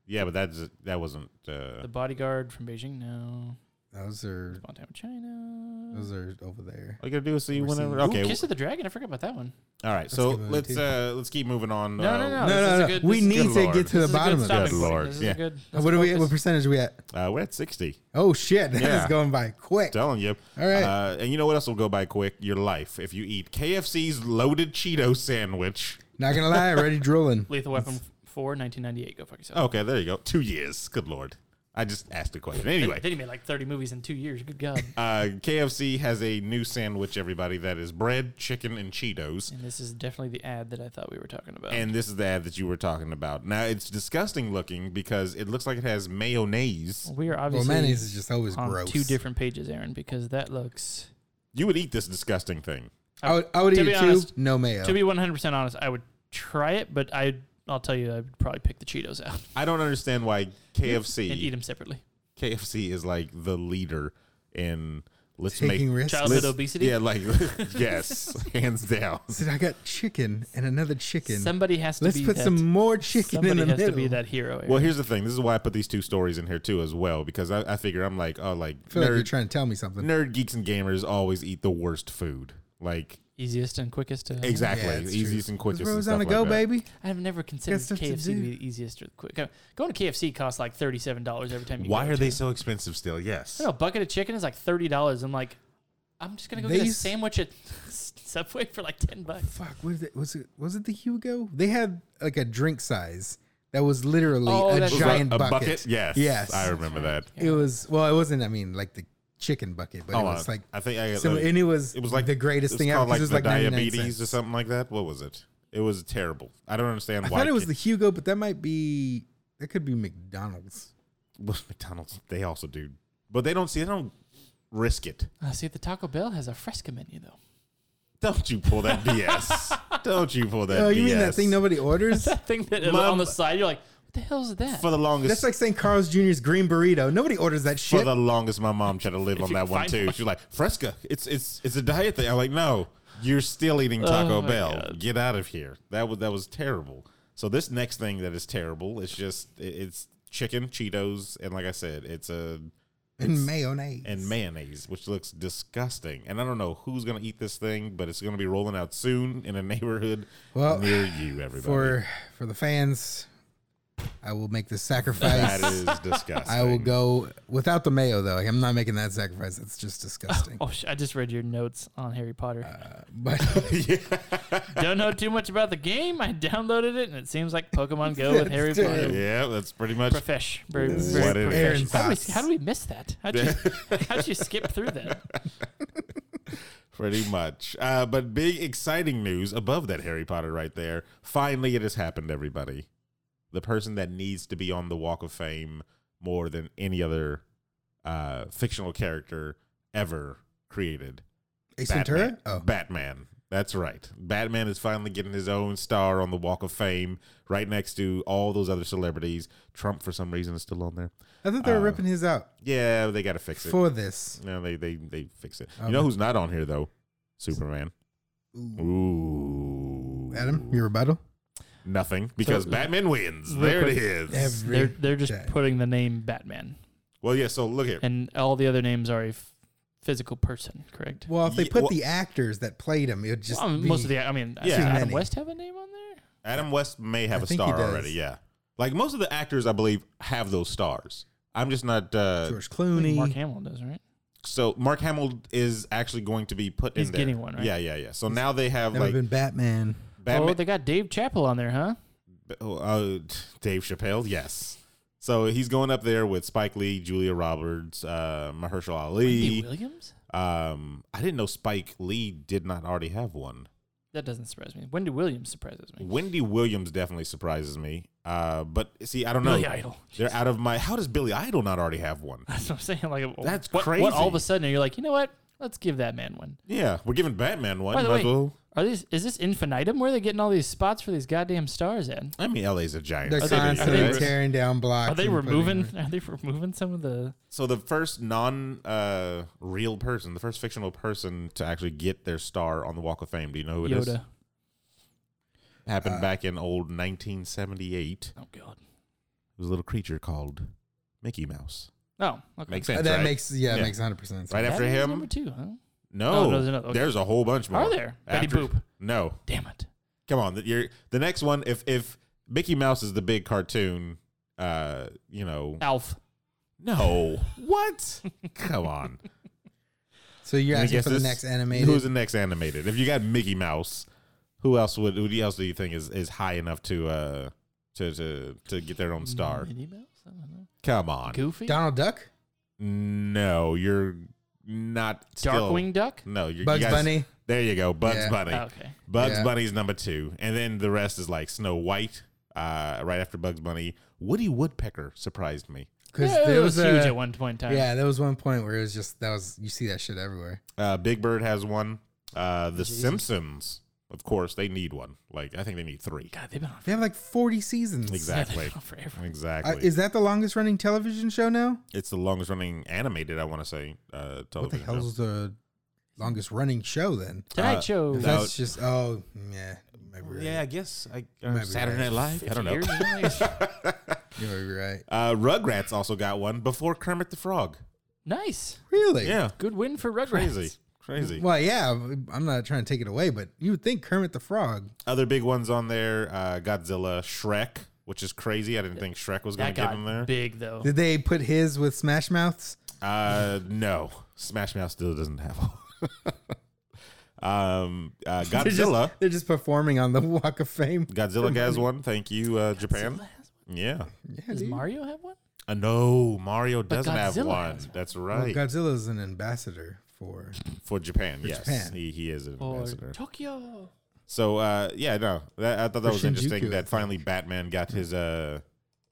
Speaker 2: yeah, but that's that wasn't. Uh,
Speaker 3: The Bodyguard from Beijing. No.
Speaker 4: Those are
Speaker 3: Spontan China.
Speaker 4: those are over there.
Speaker 2: all you gotta do is see
Speaker 4: We're
Speaker 2: whenever.
Speaker 4: seeing-
Speaker 2: Okay,
Speaker 3: Ooh, Kiss of the Dragon. I forgot about that one.
Speaker 2: all right. So
Speaker 4: keep moving,
Speaker 2: let's
Speaker 4: too.
Speaker 2: uh, let's keep moving on.
Speaker 3: No,
Speaker 2: uh,
Speaker 3: no,
Speaker 4: No,
Speaker 3: this is
Speaker 4: no,
Speaker 3: a
Speaker 4: no.
Speaker 3: good-
Speaker 4: We
Speaker 3: this is a
Speaker 4: need
Speaker 2: good
Speaker 4: to
Speaker 2: lord.
Speaker 4: get to
Speaker 3: This
Speaker 4: the
Speaker 3: is a
Speaker 4: bottom
Speaker 3: good
Speaker 4: of this.
Speaker 3: stopping
Speaker 2: Good
Speaker 3: point.
Speaker 2: lord,
Speaker 3: This
Speaker 2: yeah.
Speaker 3: Is a good, let's
Speaker 4: What are we? What
Speaker 3: focus.
Speaker 4: percentage are we at?
Speaker 2: Uh, we're at sixty.
Speaker 4: Oh shit! [laughs] That
Speaker 2: Yeah.
Speaker 4: is going by quick.
Speaker 2: Telling you.
Speaker 4: All right.
Speaker 2: Uh, and you know what else will go by quick? Your life. If you eat KFC's loaded Cheeto sandwich.
Speaker 4: Not gonna
Speaker 2: [laughs]
Speaker 4: lie, already drooling.
Speaker 3: Lethal Weapon 4, 1998. Go fuck yourself.
Speaker 2: Okay, there you go. Two years. Good lord. I just asked a question.
Speaker 3: They-
Speaker 2: Anyway,
Speaker 3: [laughs] They made like 30 movies in two years. Good God.
Speaker 2: uh, KFC has a new sandwich, everybody, that is bread, chicken, and Cheetos.
Speaker 3: and this is definitely the ad that I thought we were talking about.
Speaker 2: And this is the ad that you were talking about. Now, it's disgusting looking because it looks like it has mayonnaise.
Speaker 3: we are
Speaker 4: Well,
Speaker 3: obviously
Speaker 4: mayonnaise is just always
Speaker 3: on
Speaker 4: gross.
Speaker 3: two different pages, Aaron, because that looks.
Speaker 2: You would eat this disgusting thing.
Speaker 4: I would, I would
Speaker 3: To
Speaker 4: eat
Speaker 3: be
Speaker 4: it too.
Speaker 3: honest-
Speaker 4: No mayo.
Speaker 3: To be 100% honest, I would try it, but I, I'll tell you, I'd probably pick the Cheetos out
Speaker 2: I don't understand why KFC
Speaker 3: and eat them separately.
Speaker 2: KFC is like the leader in let's
Speaker 4: Taking
Speaker 2: make
Speaker 4: risks.
Speaker 3: Childhood
Speaker 2: let's-
Speaker 3: obesity?
Speaker 2: Yeah, like [laughs] yes, [laughs] hands down.
Speaker 4: Said, I got chicken and another chicken.
Speaker 3: Somebody has to
Speaker 4: Let's
Speaker 3: be
Speaker 4: put
Speaker 3: that,
Speaker 4: some more chicken in
Speaker 3: somebody
Speaker 4: the
Speaker 3: has
Speaker 4: middle.
Speaker 3: to be that hero. Aaron.
Speaker 2: Well, here's the thing. This is why I put these two stories in here too, as well, because I, I figure I'm like, oh, like
Speaker 4: I feel like you're
Speaker 2: nerd,
Speaker 4: trying to tell me something.
Speaker 2: nerd geeks and gamers always eat the worst food. Like
Speaker 3: Easiest and quickest to.
Speaker 2: exactly,
Speaker 4: Yeah, it's true.
Speaker 2: easiest and quickest.
Speaker 4: Let's
Speaker 2: and
Speaker 4: Rose
Speaker 2: stuff
Speaker 4: on the
Speaker 2: like
Speaker 4: go,
Speaker 2: that.
Speaker 4: baby.
Speaker 3: I've never considered
Speaker 4: stuff to
Speaker 3: KFC to,
Speaker 4: do.
Speaker 3: be the easiest or the quick. Going to KFC costs like thirty-seven dollars every time. you
Speaker 2: Why
Speaker 3: go
Speaker 2: are
Speaker 3: to
Speaker 2: they
Speaker 3: it.
Speaker 2: so expensive still? Yes.
Speaker 3: I don't know, a bucket of chicken is like thirty dollars. I'm like, I'm just gonna go get a
Speaker 4: These-
Speaker 3: sandwich at [laughs] Subway for like ten bucks.
Speaker 4: Fuck, was it was it was it the Hugo? They had like a drink size that was literally
Speaker 3: Oh,
Speaker 4: a
Speaker 3: that's
Speaker 2: Was
Speaker 3: right.
Speaker 2: that
Speaker 4: giant
Speaker 2: a
Speaker 4: bucket.
Speaker 2: Yes.
Speaker 4: Yes.
Speaker 2: I remember that.
Speaker 4: It was well, it wasn't. I mean, like the chicken bucket, but it
Speaker 2: Oh,
Speaker 4: was
Speaker 2: uh,
Speaker 4: like
Speaker 2: I think I,
Speaker 4: some,
Speaker 2: uh,
Speaker 4: and it was
Speaker 2: it was like
Speaker 4: the
Speaker 2: it
Speaker 4: greatest
Speaker 2: was
Speaker 4: thing ever.
Speaker 2: called
Speaker 4: 'cause
Speaker 2: Like
Speaker 4: it was
Speaker 2: the
Speaker 4: like 99
Speaker 2: diabetes
Speaker 4: cents.
Speaker 2: or something like that. What was it? It was terrible. I don't understand
Speaker 4: I
Speaker 2: why.
Speaker 4: thought it was
Speaker 2: K-
Speaker 4: the Hugo, but that might be that could be McDonald's.
Speaker 2: [laughs] Well, McDonald's. They also do, but they don't see. They don't risk it.
Speaker 3: Uh, see, the Taco Bell has a fresca menu though.
Speaker 2: Don't you pull that
Speaker 4: [laughs]
Speaker 2: BS. Don't you pull that
Speaker 4: Oh, you
Speaker 2: BS.
Speaker 4: mean that thing
Speaker 2: [laughs]
Speaker 4: nobody orders?
Speaker 3: That [laughs] thing that on
Speaker 2: Mom-
Speaker 3: the side, you're like, what the hell is that?
Speaker 2: for the longest.
Speaker 4: That's like St. Carl's Jr.'s green burrito. Nobody orders that
Speaker 2: for
Speaker 4: shit.
Speaker 2: the longest, my mom tried to live on
Speaker 3: you
Speaker 2: that
Speaker 3: can
Speaker 2: one
Speaker 3: find
Speaker 2: too.
Speaker 3: one.
Speaker 2: She's like, "Fresca, it's it's it's a diet thing." I'm like, "No, you're still eating Taco
Speaker 3: Oh my
Speaker 2: Bell.
Speaker 3: God.
Speaker 2: Get out of here." That was that was terrible. So this next thing that is terrible, it's just it- it's chicken Cheetos, and like I said, it's a
Speaker 4: and mayonnaise.
Speaker 2: and mayonnaise, which looks disgusting. And I don't know who's gonna eat this thing, but it's gonna be rolling out soon in a [laughs] neighborhood
Speaker 4: Well,
Speaker 2: near
Speaker 4: [laughs]
Speaker 2: you. Everybody,
Speaker 4: for for the fans, I will make the
Speaker 2: that
Speaker 4: sacrifice.
Speaker 2: is disgusting.
Speaker 4: [laughs] I will [laughs] go without the mayo though. I'm not making that sacrifice. That's just
Speaker 2: [laughs]
Speaker 4: disgusting.
Speaker 3: oh, sh- I just read your notes on Harry
Speaker 2: Uh.
Speaker 3: Potter.
Speaker 4: But
Speaker 2: [laughs] yeah.
Speaker 3: [laughs] Don't know too much about the game. I downloaded it, and it seems like Pokemon Go [laughs] with Harry
Speaker 4: That's
Speaker 3: Potter.
Speaker 2: yeah, that's pretty much
Speaker 3: Profesh. Very,
Speaker 2: This is
Speaker 3: very
Speaker 2: what it
Speaker 3: profesh.
Speaker 4: is.
Speaker 3: How do,
Speaker 4: Aaron
Speaker 3: we, how do we miss that? How'd you,
Speaker 2: [laughs]
Speaker 3: how'd you skip through that?
Speaker 2: Pretty much. Uh, but big exciting news above that Harry Potter right there. Finally, it has happened, everybody. The person that needs to be on the Walk of Fame more than any other uh, fictional character ever created.
Speaker 4: [laughs] Ace
Speaker 2: Batman.
Speaker 4: Ventura? Oh,
Speaker 2: Batman. That's right. Batman is finally getting his own star on the Walk of Fame right next to all those other celebrities. Trump, for some reason, is still on there.
Speaker 4: I thought they were
Speaker 2: Uh,
Speaker 4: ripping his out
Speaker 2: Yeah, they got to fix it.
Speaker 4: for this.
Speaker 2: no, they, they, they fix it.
Speaker 4: Okay.
Speaker 2: You know who's not on here, though? Superman.
Speaker 4: Ooh.
Speaker 2: Ooh.
Speaker 4: Adam, your rebuttal?
Speaker 2: Nothing because
Speaker 3: So-
Speaker 2: Batman wins.
Speaker 3: Real
Speaker 2: There it
Speaker 3: quick.
Speaker 2: is.
Speaker 4: Every
Speaker 3: They're, they're just
Speaker 4: day.
Speaker 3: putting the name Batman,
Speaker 2: well, yeah. So look here.
Speaker 3: and all the other names are a f- physical person, correct?
Speaker 4: Well, if they
Speaker 2: Ye-
Speaker 4: put
Speaker 2: well-
Speaker 4: the actors that played him, it would just
Speaker 3: Well, I mean,
Speaker 4: be,
Speaker 3: most of the I mean,
Speaker 2: Yeah.
Speaker 3: yeah.
Speaker 2: Too
Speaker 3: Adam
Speaker 4: many.
Speaker 3: West have a name on there?
Speaker 2: Adam West may have
Speaker 4: I
Speaker 2: a
Speaker 4: think he
Speaker 2: star
Speaker 4: does.
Speaker 2: already. Yeah, like most of the actors, I believe, have those stars. I'm just not. Uh,
Speaker 4: George
Speaker 3: I think
Speaker 4: Clooney.
Speaker 3: Mark Hamill does, right?
Speaker 2: So Mark Hamill is actually going to be put
Speaker 3: He's
Speaker 2: in there.
Speaker 3: getting one, right?
Speaker 2: Yeah, yeah, yeah. So now they have
Speaker 4: that would
Speaker 2: like
Speaker 4: have been Batman.
Speaker 3: Oh,
Speaker 2: Batman.
Speaker 3: they got Dave Chappelle on there, huh?
Speaker 2: Oh, uh, Dave Chappelle, yes. So he's going up there with Spike Lee, Julia Roberts, uh, Mahershala
Speaker 3: Wendy
Speaker 2: Ali.
Speaker 3: Williams?
Speaker 2: Um, I didn't know Spike Lee did not already have one.
Speaker 3: That doesn't surprise me. Wendy Williams surprises me.
Speaker 2: Wendy Williams definitely surprises me. Uh, but see, I don't know.
Speaker 3: Billy Idol. [laughs]
Speaker 2: They're out of my. How does Billy Idol not already have one?
Speaker 3: That's what I'm saying. Like
Speaker 2: That's
Speaker 3: what, What all of
Speaker 2: crazy.
Speaker 3: a sudden you're like, you know what? Let's give that man one.
Speaker 2: Yeah, we're giving Batman one.
Speaker 3: By the
Speaker 2: might as
Speaker 3: way-
Speaker 2: well.
Speaker 3: Are these? Is this infinitum? Where are they getting all these spots for these goddamn stars at?
Speaker 2: I mean, LA's a giant
Speaker 4: They're
Speaker 3: they-
Speaker 2: city.
Speaker 4: constantly
Speaker 2: right?
Speaker 3: re-
Speaker 4: tearing down blocks.
Speaker 3: Are they
Speaker 4: and putting-
Speaker 3: removing? Are they removing some of the?
Speaker 2: So the first non uh, real person, the first fictional person to actually get their star on the Walk of Fame. Do you know who it is?
Speaker 3: Yoda.
Speaker 2: Happened back in old 1978. It
Speaker 3: Oh God.
Speaker 2: was a little creature called Mickey Mouse.
Speaker 3: Oh, okay.
Speaker 2: Makes
Speaker 4: Uh,
Speaker 2: sense.
Speaker 4: that
Speaker 2: right?
Speaker 4: makes yeah, it
Speaker 2: Yeah.
Speaker 4: makes hundred percent.
Speaker 2: right
Speaker 4: sense.
Speaker 2: after
Speaker 3: That is number
Speaker 2: him.
Speaker 3: two, huh?
Speaker 2: No,
Speaker 3: Oh, there's another- okay.
Speaker 2: there's a whole bunch more.
Speaker 3: Are there? Betty
Speaker 2: After-
Speaker 3: Boop.
Speaker 2: No,
Speaker 3: Damn it.
Speaker 2: come on. You're, the next one, if if Mickey Mouse is the big cartoon, uh, you know,
Speaker 3: Alf. [laughs]
Speaker 2: no, what? Come on.
Speaker 4: So you're
Speaker 2: Let me
Speaker 4: asking
Speaker 2: guess
Speaker 4: for the
Speaker 2: this.
Speaker 4: next animated.
Speaker 2: Who's the next animated? If you got Mickey Mouse, who else would? Who else do you think is, is high enough to uh to to to get their
Speaker 4: Mm,
Speaker 2: own star?
Speaker 3: Minnie Mouse. I don't know.
Speaker 2: Come on,
Speaker 3: Goofy.
Speaker 4: Donald Duck,
Speaker 2: no, you're not. Still,
Speaker 3: Darkwing Duck.
Speaker 2: No, you're, you
Speaker 4: Bugs
Speaker 2: guys-
Speaker 4: Bunny.
Speaker 2: There you go, Bugs
Speaker 4: Yeah.
Speaker 2: Bunny.
Speaker 3: Oh, okay.
Speaker 2: Bugs
Speaker 4: Yeah.
Speaker 2: Bunny's number two, and then the rest is like Snow White. Uh, right after Bugs Bunny, Woody Woodpecker surprised me.
Speaker 4: Because
Speaker 3: Yeah,
Speaker 4: there
Speaker 3: it
Speaker 4: was,
Speaker 3: was huge
Speaker 4: a,
Speaker 3: at one point in time.
Speaker 4: yeah, there was one point where it was just that was you see that shit everywhere.
Speaker 2: Uh, Big Bird has one. Uh, the Simpsons, of course, they need one. Like I think they need three.
Speaker 3: God, they've been on. [laughs]
Speaker 4: They have like forty seasons.
Speaker 3: They've
Speaker 2: Exactly.
Speaker 3: been on forever.
Speaker 2: Exactly.
Speaker 4: Uh, is that the longest running television show now?
Speaker 2: it's the longest running animated. I want to say. Uh,
Speaker 4: What the
Speaker 2: television
Speaker 4: hell's
Speaker 2: show.
Speaker 4: the longest running show then?
Speaker 3: Tonight
Speaker 2: Uh,
Speaker 3: Show.
Speaker 4: If
Speaker 2: No,
Speaker 4: That's just oh yeah, you might be right.
Speaker 2: Yeah, I guess. I,
Speaker 4: Might
Speaker 2: uh,
Speaker 4: be
Speaker 2: Saturday
Speaker 4: right.
Speaker 2: Night Live. I don't know. [laughs]
Speaker 3: Years ago.
Speaker 4: you might be right.
Speaker 2: Uh, Rugrats also got one before Kermit the Frog.
Speaker 3: nice.
Speaker 4: Really?
Speaker 2: Yeah,
Speaker 3: Good win for Rugrats.
Speaker 2: crazy, crazy.
Speaker 4: Well, yeah, I'm not trying to take it away, but you would think Kermit the Frog.
Speaker 2: Other big ones on there: uh, Godzilla, Shrek, which is crazy. I didn't think Shrek was going
Speaker 3: That
Speaker 2: to get in
Speaker 3: got
Speaker 2: there.
Speaker 3: big though.
Speaker 4: Did they put his with Smash Mouths?
Speaker 2: Uh, no, Smash Mouth still doesn't have one. [laughs] um, uh,
Speaker 4: [laughs] They're just-
Speaker 2: Godzilla.
Speaker 4: They're just performing on the [laughs] Walk of Fame.
Speaker 2: Godzilla has one. Thank you, uh, Japan.
Speaker 3: Godzilla has
Speaker 2: Yeah.
Speaker 4: Yeah,
Speaker 3: Does
Speaker 4: dude.
Speaker 3: Mario have one?
Speaker 2: Uh, no, Mario doesn't have
Speaker 3: Godzilla
Speaker 2: one.
Speaker 3: has one.
Speaker 2: That's
Speaker 4: Well,
Speaker 2: right.
Speaker 4: Godzilla's an ambassador for.
Speaker 2: for Japan, yes,
Speaker 4: Japan.
Speaker 2: He, he is an
Speaker 3: Or
Speaker 2: ambassador.
Speaker 3: Tokyo.
Speaker 2: So uh, yeah, no, that, I thought that
Speaker 4: For
Speaker 2: was interesting
Speaker 4: Shinjuku, I
Speaker 2: that finally Batman got his uh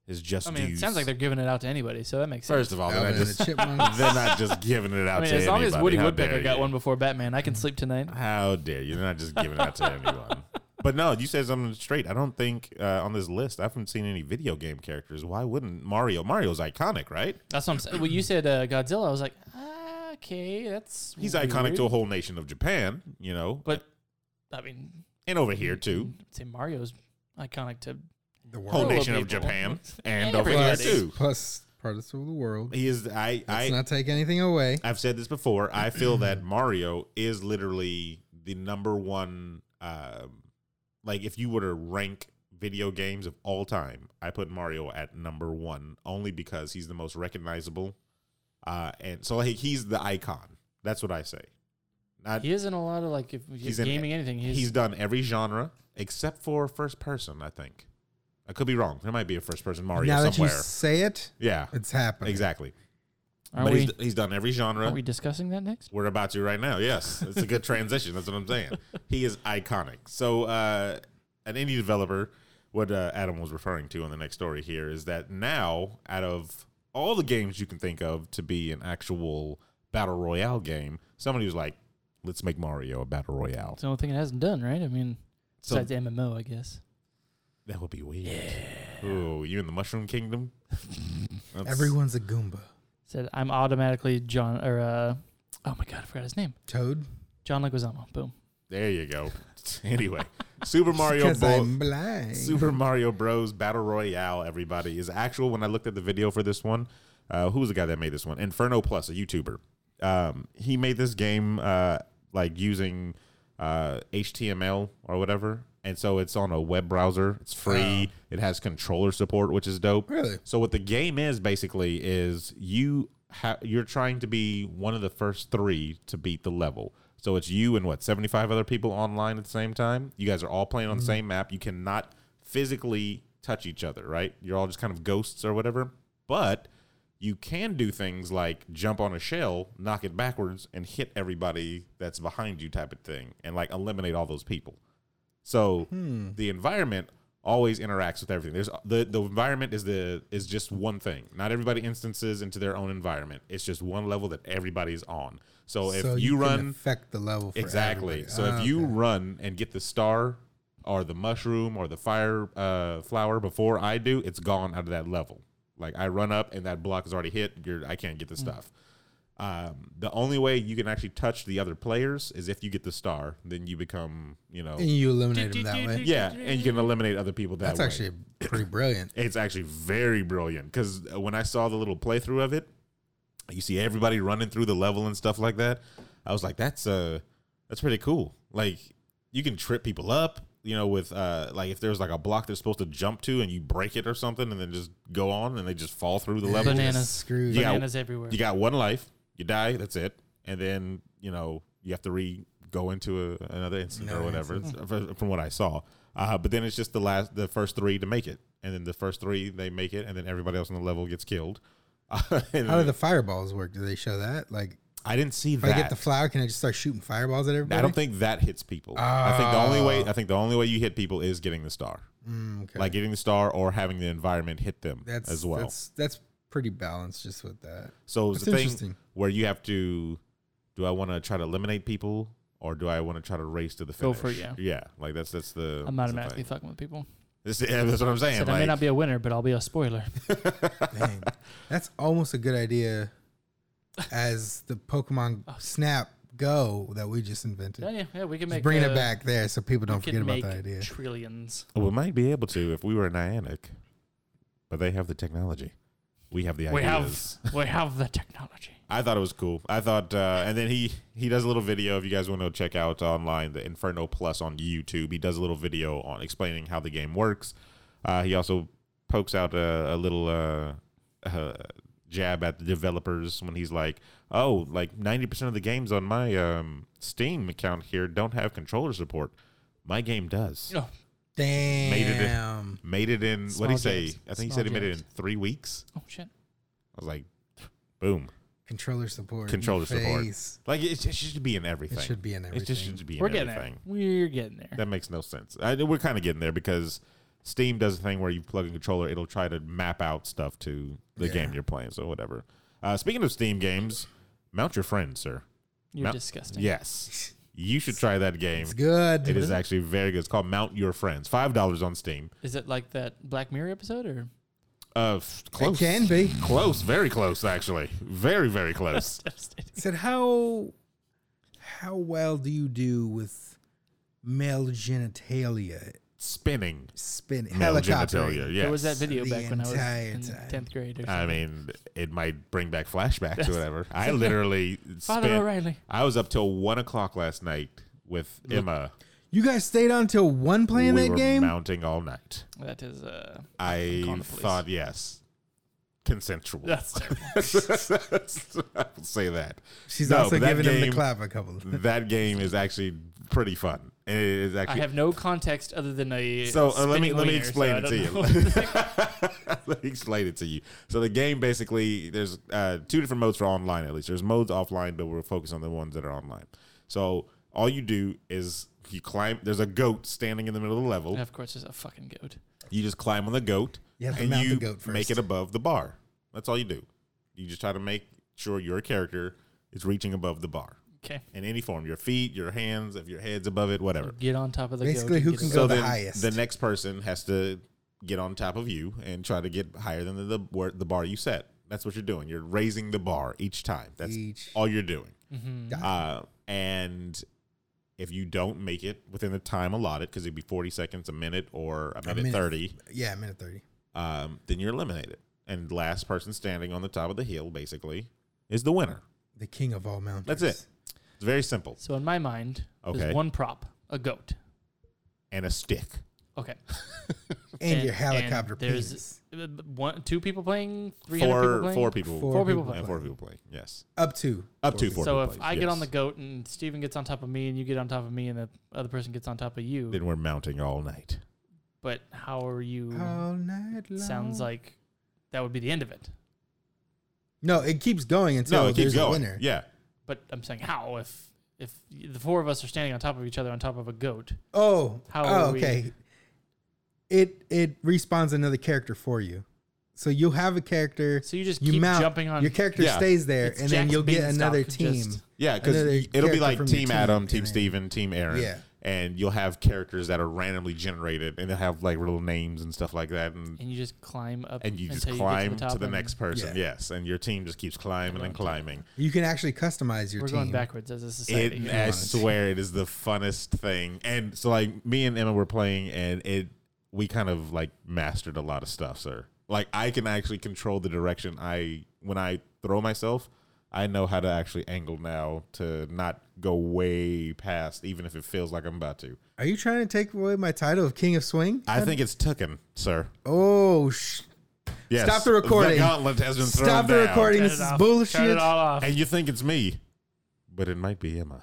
Speaker 2: his just
Speaker 3: I mean, it
Speaker 2: dues.
Speaker 3: sounds like they're giving it out to anybody, so that makes
Speaker 2: [laughs]
Speaker 3: sense.
Speaker 2: first of all, they're not
Speaker 4: Alvin and
Speaker 2: Oh, just [laughs]
Speaker 4: the Chipmunks.
Speaker 2: they're not just giving it out
Speaker 3: I mean,
Speaker 2: to
Speaker 3: as long as
Speaker 2: anybody.
Speaker 3: Woody
Speaker 2: How
Speaker 3: Woodpecker
Speaker 2: dare
Speaker 3: got
Speaker 2: you.
Speaker 3: one before Batman, I can sleep tonight.
Speaker 2: How dare you? They're not just giving it out
Speaker 3: [laughs]
Speaker 2: to anyone. But no, you said something straight. I don't think uh, on this list I haven't seen any video game characters. Why wouldn't Mario? Mario's iconic, right?
Speaker 3: That's what I'm saying. Well, you said uh, Godzilla. I was like, ah, okay, that's
Speaker 2: He's
Speaker 3: weird.
Speaker 2: iconic to a whole nation of Japan, you know,
Speaker 3: But I mean,
Speaker 2: and over here too.
Speaker 3: I'd say Mario's iconic to
Speaker 4: the
Speaker 2: Whole
Speaker 3: Hello,
Speaker 4: world.
Speaker 2: nation of
Speaker 3: people.
Speaker 2: Japan and over here
Speaker 4: Plus,
Speaker 3: Everybody.
Speaker 2: too.
Speaker 4: plus parts of the world.
Speaker 2: He is. I. I
Speaker 4: Let's not take anything away.
Speaker 2: I've said this before. I feel that Mario is literally the number one. Um, like, if you were to rank video games of all time, I put Mario at number one only because he's the most recognizable. Uh, and so, like, he's the icon. That's what I say. Not,
Speaker 3: he is in a lot of like if if
Speaker 2: He's in-
Speaker 3: gaming anything. He's,
Speaker 2: he's, done every genre except for first person, I think. I could be wrong. There might be a first person Mario
Speaker 4: now that you
Speaker 2: somewhere.
Speaker 4: say it,
Speaker 2: yeah,
Speaker 4: it's happening.
Speaker 2: exactly.
Speaker 3: are
Speaker 2: but
Speaker 3: we
Speaker 2: he's, he's done every genre.
Speaker 3: are we discussing that next?
Speaker 2: We're about to right now. Yes, it's a good transition. That's what I'm saying. He is iconic. So, uh, an indie developer, what uh, Adam was referring to in the next story here is that now, out of all the games you can think of to be an actual battle royale game, somebody was like, "Let's make Mario a battle royale."
Speaker 3: [laughs] It's the only thing it hasn't done, right? I mean,
Speaker 2: So-
Speaker 3: besides MMO, I guess.
Speaker 2: That would be weird. Ooh, you in the Mushroom Kingdom? That's-
Speaker 4: Everyone's a Goomba.
Speaker 3: Said I'm automatically John or uh, oh my god, I forgot his name.
Speaker 4: Toad.
Speaker 3: John Leguizamo. Boom.
Speaker 2: There you go. [laughs] anyway, Super Mario
Speaker 4: Because
Speaker 2: Bros.
Speaker 4: I'm blind.
Speaker 2: Super Mario Bros. Battle Royale, everybody, is actual. When I looked at the video for this one, uh, who was the guy that made this one? Inferno Plus, a YouTuber. um, he made this game uh, like using uh, HTML or whatever, and so it's on a web browser. It's free. It has controller support, which is dope.
Speaker 4: Really?
Speaker 2: So what the game is basically is you ha- you're trying to be one of the first three to beat the level. So it's you and what seventy five other people online at the same time. You guys are all playing on the same map. You cannot physically touch each other, right? You're all just kind of ghosts or whatever. But you can do things like jump on a shell, knock it backwards, and hit everybody that's behind you, type of thing, and like eliminate all those people. So
Speaker 4: Hmm.
Speaker 2: the environment always interacts with everything. There's the, the environment is the is just one thing. Not everybody instances into their own environment. It's just one level that everybody's on. So if
Speaker 4: So
Speaker 2: you,
Speaker 4: can
Speaker 2: run
Speaker 4: affect the level for
Speaker 2: exactly.
Speaker 4: everybody.
Speaker 2: So
Speaker 4: Ah,
Speaker 2: if you
Speaker 4: okay.
Speaker 2: run and get the star or the mushroom or the fire uh, flower before I do, it's gone out of that level. Like I run up and that block is already hit. You're I can't get
Speaker 4: Hmm.
Speaker 2: the stuff. Um, the only way you can actually touch the other players is if you get the star. Then you become you know
Speaker 4: and you eliminate him that way.
Speaker 2: yeah, and you can eliminate other people [laughs] that
Speaker 4: That's
Speaker 2: way.
Speaker 4: actually pretty brilliant.
Speaker 2: It's actually very brilliant because when I saw the little playthrough of it, you see everybody running through the level and stuff like that. I was like, that's uh that's pretty cool. Like you can trip people up, you know, with uh like if there's like a block they're supposed to jump to and you break it or something and then just go on and they just fall through the level.
Speaker 3: Bananas.
Speaker 4: Screwed.
Speaker 2: Yeah.
Speaker 3: Bananas everywhere.
Speaker 2: You got one life, you die, that's it. And then, you know, you have to re go into a, another incident or
Speaker 4: Another
Speaker 2: whatever f- from what I saw. Uh, but then it's just the last, the first three to make it. And then the first three, they make it. And then everybody else on the level gets killed. [laughs] And
Speaker 4: How do the fireballs work? Do they show that? Like,
Speaker 2: I didn't see
Speaker 4: if
Speaker 2: that.
Speaker 4: I get the flower, can I just start shooting fireballs at everybody?
Speaker 2: I don't think that hits people. I think the only way, I think the only way you hit people is getting the star.
Speaker 4: Mm, Ah. okay.
Speaker 2: Like getting the star or having the environment hit them
Speaker 4: that's
Speaker 2: as well.
Speaker 4: That's, that's pretty balanced, just with that.
Speaker 2: So it's
Speaker 4: That's
Speaker 2: the thing
Speaker 4: interesting.
Speaker 2: where you have to do I want to try to eliminate people or do I want to try to race to the
Speaker 3: Go
Speaker 2: finish?
Speaker 3: for it, yeah.
Speaker 2: Yeah, like that's that's the
Speaker 3: I'm
Speaker 2: that's the
Speaker 3: automatically
Speaker 2: thing.
Speaker 3: fucking with people.
Speaker 2: That's, the- yeah, that's what I'm saying.
Speaker 3: Said I may
Speaker 2: like,
Speaker 3: not be a winner, but I'll be a spoiler.
Speaker 2: [laughs]
Speaker 4: Dang, that's almost a good idea as the Pokemon
Speaker 3: Oh.
Speaker 4: Snap Go that we just
Speaker 3: yeah,
Speaker 4: invented.
Speaker 3: yeah, yeah, we can
Speaker 4: Just
Speaker 3: make
Speaker 4: bringing
Speaker 3: uh,
Speaker 4: it back there so people
Speaker 3: we
Speaker 4: don't
Speaker 3: can
Speaker 4: forget about
Speaker 3: make
Speaker 4: that idea.
Speaker 3: Trillions.
Speaker 2: we might be able to if we were Niantic, but they have the technology. We have the ideas.
Speaker 3: We have we have the technology.
Speaker 2: [laughs] I thought it was cool. I thought, uh, and then he he does a little video. If you guys want to check out online, the Inferno Plus on YouTube, he does a little video on explaining how the game works. Uh, he also pokes out a, a little uh, uh, jab at the developers when he's like, "Oh, like ninety percent of the games on my um, Steam account here don't have controller support. My game does.
Speaker 3: No,
Speaker 4: Damn.
Speaker 2: Made it Made it in what
Speaker 3: Small
Speaker 2: would he say?
Speaker 3: games.
Speaker 2: I think he
Speaker 3: Small
Speaker 2: said he made it
Speaker 3: games.
Speaker 2: in three weeks.
Speaker 3: oh shit.
Speaker 2: I was like, boom."
Speaker 4: Controller support.
Speaker 2: Controller support.
Speaker 4: Face.
Speaker 2: Like it, it should be in everything.
Speaker 4: should be in
Speaker 2: It just
Speaker 4: everything.
Speaker 2: should be in
Speaker 3: We're
Speaker 2: everything.
Speaker 3: getting there. We're getting there.
Speaker 2: That makes no sense. I, we're kind of getting there because Steam does a thing where you plug a controller, it'll try to map out stuff to the
Speaker 4: Yeah.
Speaker 2: game you're playing. So whatever. Uh, speaking of Steam games, mount your friend, sir.
Speaker 3: You're
Speaker 2: Mou-
Speaker 3: disgusting.
Speaker 2: Yes, you should try that game.
Speaker 4: It's good.
Speaker 2: It is actually very good. It's called Mount Your Friends. Five dollars on Steam.
Speaker 3: Is it like that Black Mirror episode or [laughs]
Speaker 2: Uh, f- close.
Speaker 4: It can be.
Speaker 2: Close. Very close. Actually, very very
Speaker 3: [laughs]
Speaker 2: close.
Speaker 4: It said how how well do you do with male genitalia
Speaker 2: Spinning.
Speaker 4: spin
Speaker 2: Male
Speaker 4: helicopter?
Speaker 2: genitalia.
Speaker 3: there was that
Speaker 2: Yes.
Speaker 3: video
Speaker 4: The
Speaker 3: back when I was
Speaker 4: entire
Speaker 3: in
Speaker 4: time.
Speaker 3: tenth grade or something?
Speaker 2: I mean, it might bring back flashbacks or whatever. I literally
Speaker 3: Father
Speaker 2: spent
Speaker 3: O'Reilly.
Speaker 2: I was up till one o'clock last night with Emma.
Speaker 4: You guys stayed on till one playing
Speaker 2: we
Speaker 4: that
Speaker 2: were
Speaker 4: game.
Speaker 2: mounting all night.
Speaker 3: That
Speaker 2: [laughs]
Speaker 3: is uh
Speaker 2: I
Speaker 3: Call the police.
Speaker 2: thought yes, consensual. [laughs]
Speaker 3: that's terrible.
Speaker 2: I will say that.
Speaker 4: She's
Speaker 2: No,
Speaker 4: also
Speaker 2: but that
Speaker 4: giving him
Speaker 2: game-
Speaker 4: the clap a couple. Of
Speaker 2: That game is actually pretty fun. It is
Speaker 3: I
Speaker 2: actually.
Speaker 3: have no context other than a
Speaker 2: so uh, let me
Speaker 3: spinning
Speaker 2: let me
Speaker 3: wiener, so
Speaker 2: explain
Speaker 3: I
Speaker 2: it
Speaker 3: don't
Speaker 2: to [laughs]
Speaker 3: know. [laughs]
Speaker 2: you. let me explain it to you. So the game basically there's uh, two different modes for online at least. There's modes offline, but we're focused on the ones that are online. So all you do is you climb. There's a goat standing in the middle of the level.
Speaker 3: And of course, there's a fucking goat.
Speaker 2: You just climb on the goat
Speaker 4: You have to
Speaker 2: and
Speaker 4: mount
Speaker 2: you
Speaker 4: the goat
Speaker 2: make
Speaker 4: first.
Speaker 2: it above the bar. That's all you do. You just try to make sure your character is reaching above the bar
Speaker 3: Okay,
Speaker 2: in any form your feet, your hands, if your head's above it, whatever.
Speaker 3: get on top of the
Speaker 4: Basically,
Speaker 3: goat.
Speaker 4: who
Speaker 3: and
Speaker 4: can
Speaker 3: get
Speaker 4: go
Speaker 2: So
Speaker 4: the
Speaker 2: then
Speaker 4: highest.
Speaker 2: the next person has to get on top of you and try to get higher than the, the, where- the bar you set. That's what you're doing. You're raising the bar each time. That's
Speaker 4: Each
Speaker 2: all you're doing.
Speaker 3: Mhm.
Speaker 2: Uh, and if you don't make it within the time allotted, because it'd be 40 seconds, a minute, or a minute
Speaker 4: minute.
Speaker 2: 30,
Speaker 4: yeah, a minute thirty.
Speaker 2: um, then you're eliminated. And last person standing on the top of the hill, basically, is the winner.
Speaker 4: the king of all mountains.
Speaker 2: That's it. It's very simple.
Speaker 3: So in my mind,
Speaker 2: Okay.
Speaker 3: there's one prop, a goat.
Speaker 2: And a stick.
Speaker 3: Okay.
Speaker 4: And,
Speaker 3: and
Speaker 4: your helicopter
Speaker 3: there's-
Speaker 4: penis.
Speaker 3: Uh, b- One, two people playing, three hundred people
Speaker 2: Four
Speaker 3: playing.
Speaker 2: four people.
Speaker 4: Four
Speaker 3: Four people
Speaker 4: people.
Speaker 3: playing.
Speaker 2: And four people playing. Yes.
Speaker 4: Up to
Speaker 2: Up to four
Speaker 3: So if
Speaker 2: people.
Speaker 3: I get on the
Speaker 2: yes.
Speaker 3: goat and Steven gets on top of me and you get on top of me and the other person gets on top of you,
Speaker 2: then we're mounting all night.
Speaker 3: but how are you?
Speaker 4: All night long.
Speaker 3: sounds like that would be the end of it.
Speaker 4: No, it keeps going until
Speaker 2: no, it
Speaker 4: there's
Speaker 2: keeps going.
Speaker 4: a winner.
Speaker 2: Yeah.
Speaker 3: But I'm saying how if if the four of us are standing on top of each other on top of a goat,
Speaker 4: Oh,
Speaker 3: How
Speaker 4: oh,
Speaker 3: are we-
Speaker 4: okay. It it respawns another character for you, so you'll have a character.
Speaker 3: so you just
Speaker 4: you
Speaker 3: keep
Speaker 4: mount
Speaker 3: jumping on
Speaker 4: your character
Speaker 2: Yeah.
Speaker 4: stays there,
Speaker 3: It's
Speaker 4: and then
Speaker 3: Jack's
Speaker 4: you'll get another
Speaker 3: Beanstalk,
Speaker 4: team.
Speaker 3: just-
Speaker 2: Yeah, because
Speaker 4: Another
Speaker 2: it'll
Speaker 4: character
Speaker 2: be like
Speaker 4: from
Speaker 2: Team,
Speaker 4: your team,
Speaker 2: Adam,
Speaker 4: and
Speaker 2: Team
Speaker 4: then-
Speaker 2: Steven, Team Aaron.
Speaker 4: Yeah.
Speaker 2: And you'll have characters that are randomly generated and they'll have like little names and stuff like that. And,
Speaker 3: and you just climb up
Speaker 2: and you just
Speaker 3: until get
Speaker 2: climb
Speaker 3: to the,
Speaker 2: to the,
Speaker 3: top and
Speaker 2: next person.
Speaker 4: Yeah.
Speaker 2: Yes. And your team just keeps climbing and climbing.
Speaker 4: You can actually customize your
Speaker 3: We're
Speaker 4: team.
Speaker 3: going backwards as a society.
Speaker 2: It,
Speaker 3: here.
Speaker 2: I swear, it is the funnest thing. And so, like, me and Emma were playing, and it we kind of like mastered a lot of stuff, sir. Like, I can actually control the direction I when I throw myself. I know how to actually angle now to not go way past, even if it feels like I'm about to.
Speaker 4: Are you trying to take away my title of King of Swing?
Speaker 2: I think it's Tooken, sir.
Speaker 4: Oh, sh-
Speaker 2: Yes,
Speaker 4: Stop the recording.
Speaker 2: The gauntlet has been thrown
Speaker 4: stop the
Speaker 2: down.
Speaker 4: recording.
Speaker 3: Shut
Speaker 4: This
Speaker 3: it
Speaker 4: is
Speaker 3: off. Shut
Speaker 4: bullshit.
Speaker 3: it all off.
Speaker 2: And you think it's me, but it might be Emma.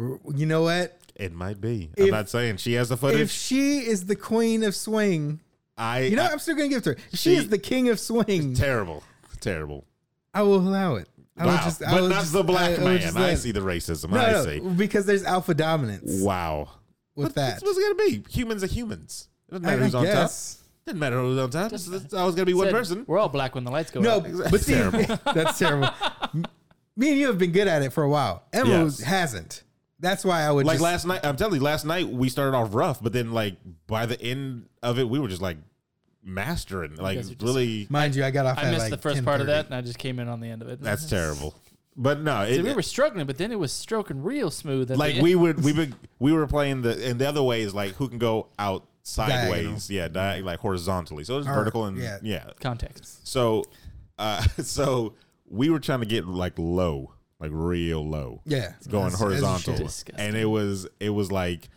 Speaker 4: R- You know what?
Speaker 2: It might be.
Speaker 4: If-
Speaker 2: I'm not saying she has the
Speaker 4: If
Speaker 2: footage.
Speaker 4: she is the queen of swing,
Speaker 2: I
Speaker 4: you know
Speaker 2: I-
Speaker 4: what? I'm still gonna give it to her. If she,
Speaker 2: she-
Speaker 4: is the king of swing.
Speaker 2: terrible, terrible.
Speaker 4: I will allow it. I
Speaker 2: wow.
Speaker 4: will just, I
Speaker 2: but
Speaker 4: will
Speaker 2: not
Speaker 4: just-
Speaker 2: the black
Speaker 4: I will
Speaker 2: man.
Speaker 4: just
Speaker 2: I
Speaker 4: let-
Speaker 2: see the racism.
Speaker 4: No,
Speaker 2: I
Speaker 4: no,
Speaker 2: see.
Speaker 4: because there's alpha dominance
Speaker 2: Wow.
Speaker 4: with
Speaker 2: What-
Speaker 4: that.
Speaker 2: What's it going to be? Humans are humans. It doesn't matter
Speaker 4: I
Speaker 2: who's on top.
Speaker 4: guess.
Speaker 2: Doesn't matter who's on top. It's, it's always going to be one
Speaker 3: Said,
Speaker 2: person.
Speaker 3: We're all black when the lights go
Speaker 4: No,
Speaker 3: out.
Speaker 4: but see,
Speaker 2: Terrible.
Speaker 4: [laughs] that's terrible. M- Me and you have been good at it for a while. Emma
Speaker 2: Yes.
Speaker 4: hasn't. That's why I would
Speaker 2: Like
Speaker 4: just,
Speaker 2: last night, I'm telling you, last night we started off rough, but then like by the end of it, we were just like mastering. Like
Speaker 3: guys are just-
Speaker 2: really,
Speaker 4: mind you, I got off.
Speaker 3: I
Speaker 4: at
Speaker 3: missed
Speaker 4: like
Speaker 3: the first part of
Speaker 4: 10:30.
Speaker 3: that, and I just came in on the end of it. [laughs]
Speaker 2: that's terrible. But no, it,
Speaker 3: So we were struggling, but then it was stroking real smooth. At
Speaker 2: like
Speaker 3: the
Speaker 2: we would we would we were playing the and the other way is like who can go out sideways, yeah, di- like horizontally. So it's
Speaker 4: Or-
Speaker 2: vertical and
Speaker 4: yeah.
Speaker 2: yeah,
Speaker 3: context.
Speaker 2: So, uh, [laughs] so we were trying to get like low, like real low.
Speaker 4: Yeah,
Speaker 2: Going
Speaker 4: As- as you should.
Speaker 2: horizontal,
Speaker 3: Disgusting.
Speaker 2: and it was it was like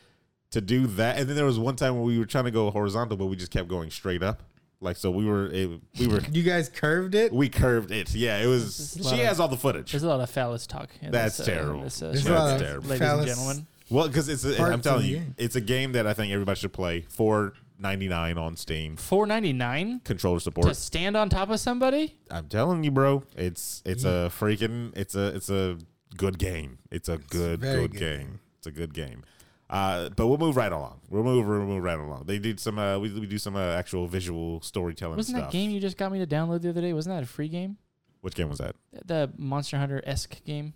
Speaker 2: to do that. And then there was one time where we were trying to go horizontal, but we just kept going straight up. Like so, we were it, we were [laughs]
Speaker 4: You guys curved it.
Speaker 2: we curved it. Yeah, it was.
Speaker 3: This is a lot
Speaker 2: She
Speaker 3: of-
Speaker 2: has all the footage.
Speaker 3: There's a lot of phallus talk. In
Speaker 2: That's
Speaker 3: this, uh,
Speaker 2: terrible.
Speaker 3: this, uh,
Speaker 2: There's
Speaker 4: There's
Speaker 3: show.
Speaker 4: a
Speaker 2: Yeah,
Speaker 4: lot
Speaker 2: it's
Speaker 4: of
Speaker 2: terrible.
Speaker 3: ladies
Speaker 4: phallus-
Speaker 3: and gentlemen.
Speaker 2: Well, because it's a,
Speaker 4: Parts
Speaker 2: I'm
Speaker 4: of
Speaker 2: telling
Speaker 4: the
Speaker 2: you,
Speaker 4: game.
Speaker 2: it's a game that I think everybody should play. Four ninety nine on Steam.
Speaker 3: Four ninety nine
Speaker 2: Controller
Speaker 3: to
Speaker 2: support.
Speaker 3: stand on top of somebody.
Speaker 2: I'm telling you, bro. It's it's a
Speaker 3: Mm.
Speaker 2: freaking it's a it's a good game. It's a good
Speaker 4: very
Speaker 2: good,
Speaker 4: good
Speaker 2: game. It's a good game. Uh, but we'll move right along. We'll move we'll move right along. They did some uh, we, we do some uh, actual visual storytelling
Speaker 3: Wasn't
Speaker 2: stuff.
Speaker 3: that game you just got me to download the other day? Wasn't that a free game?
Speaker 2: Which game was that?
Speaker 3: The Monster Hunter esque game.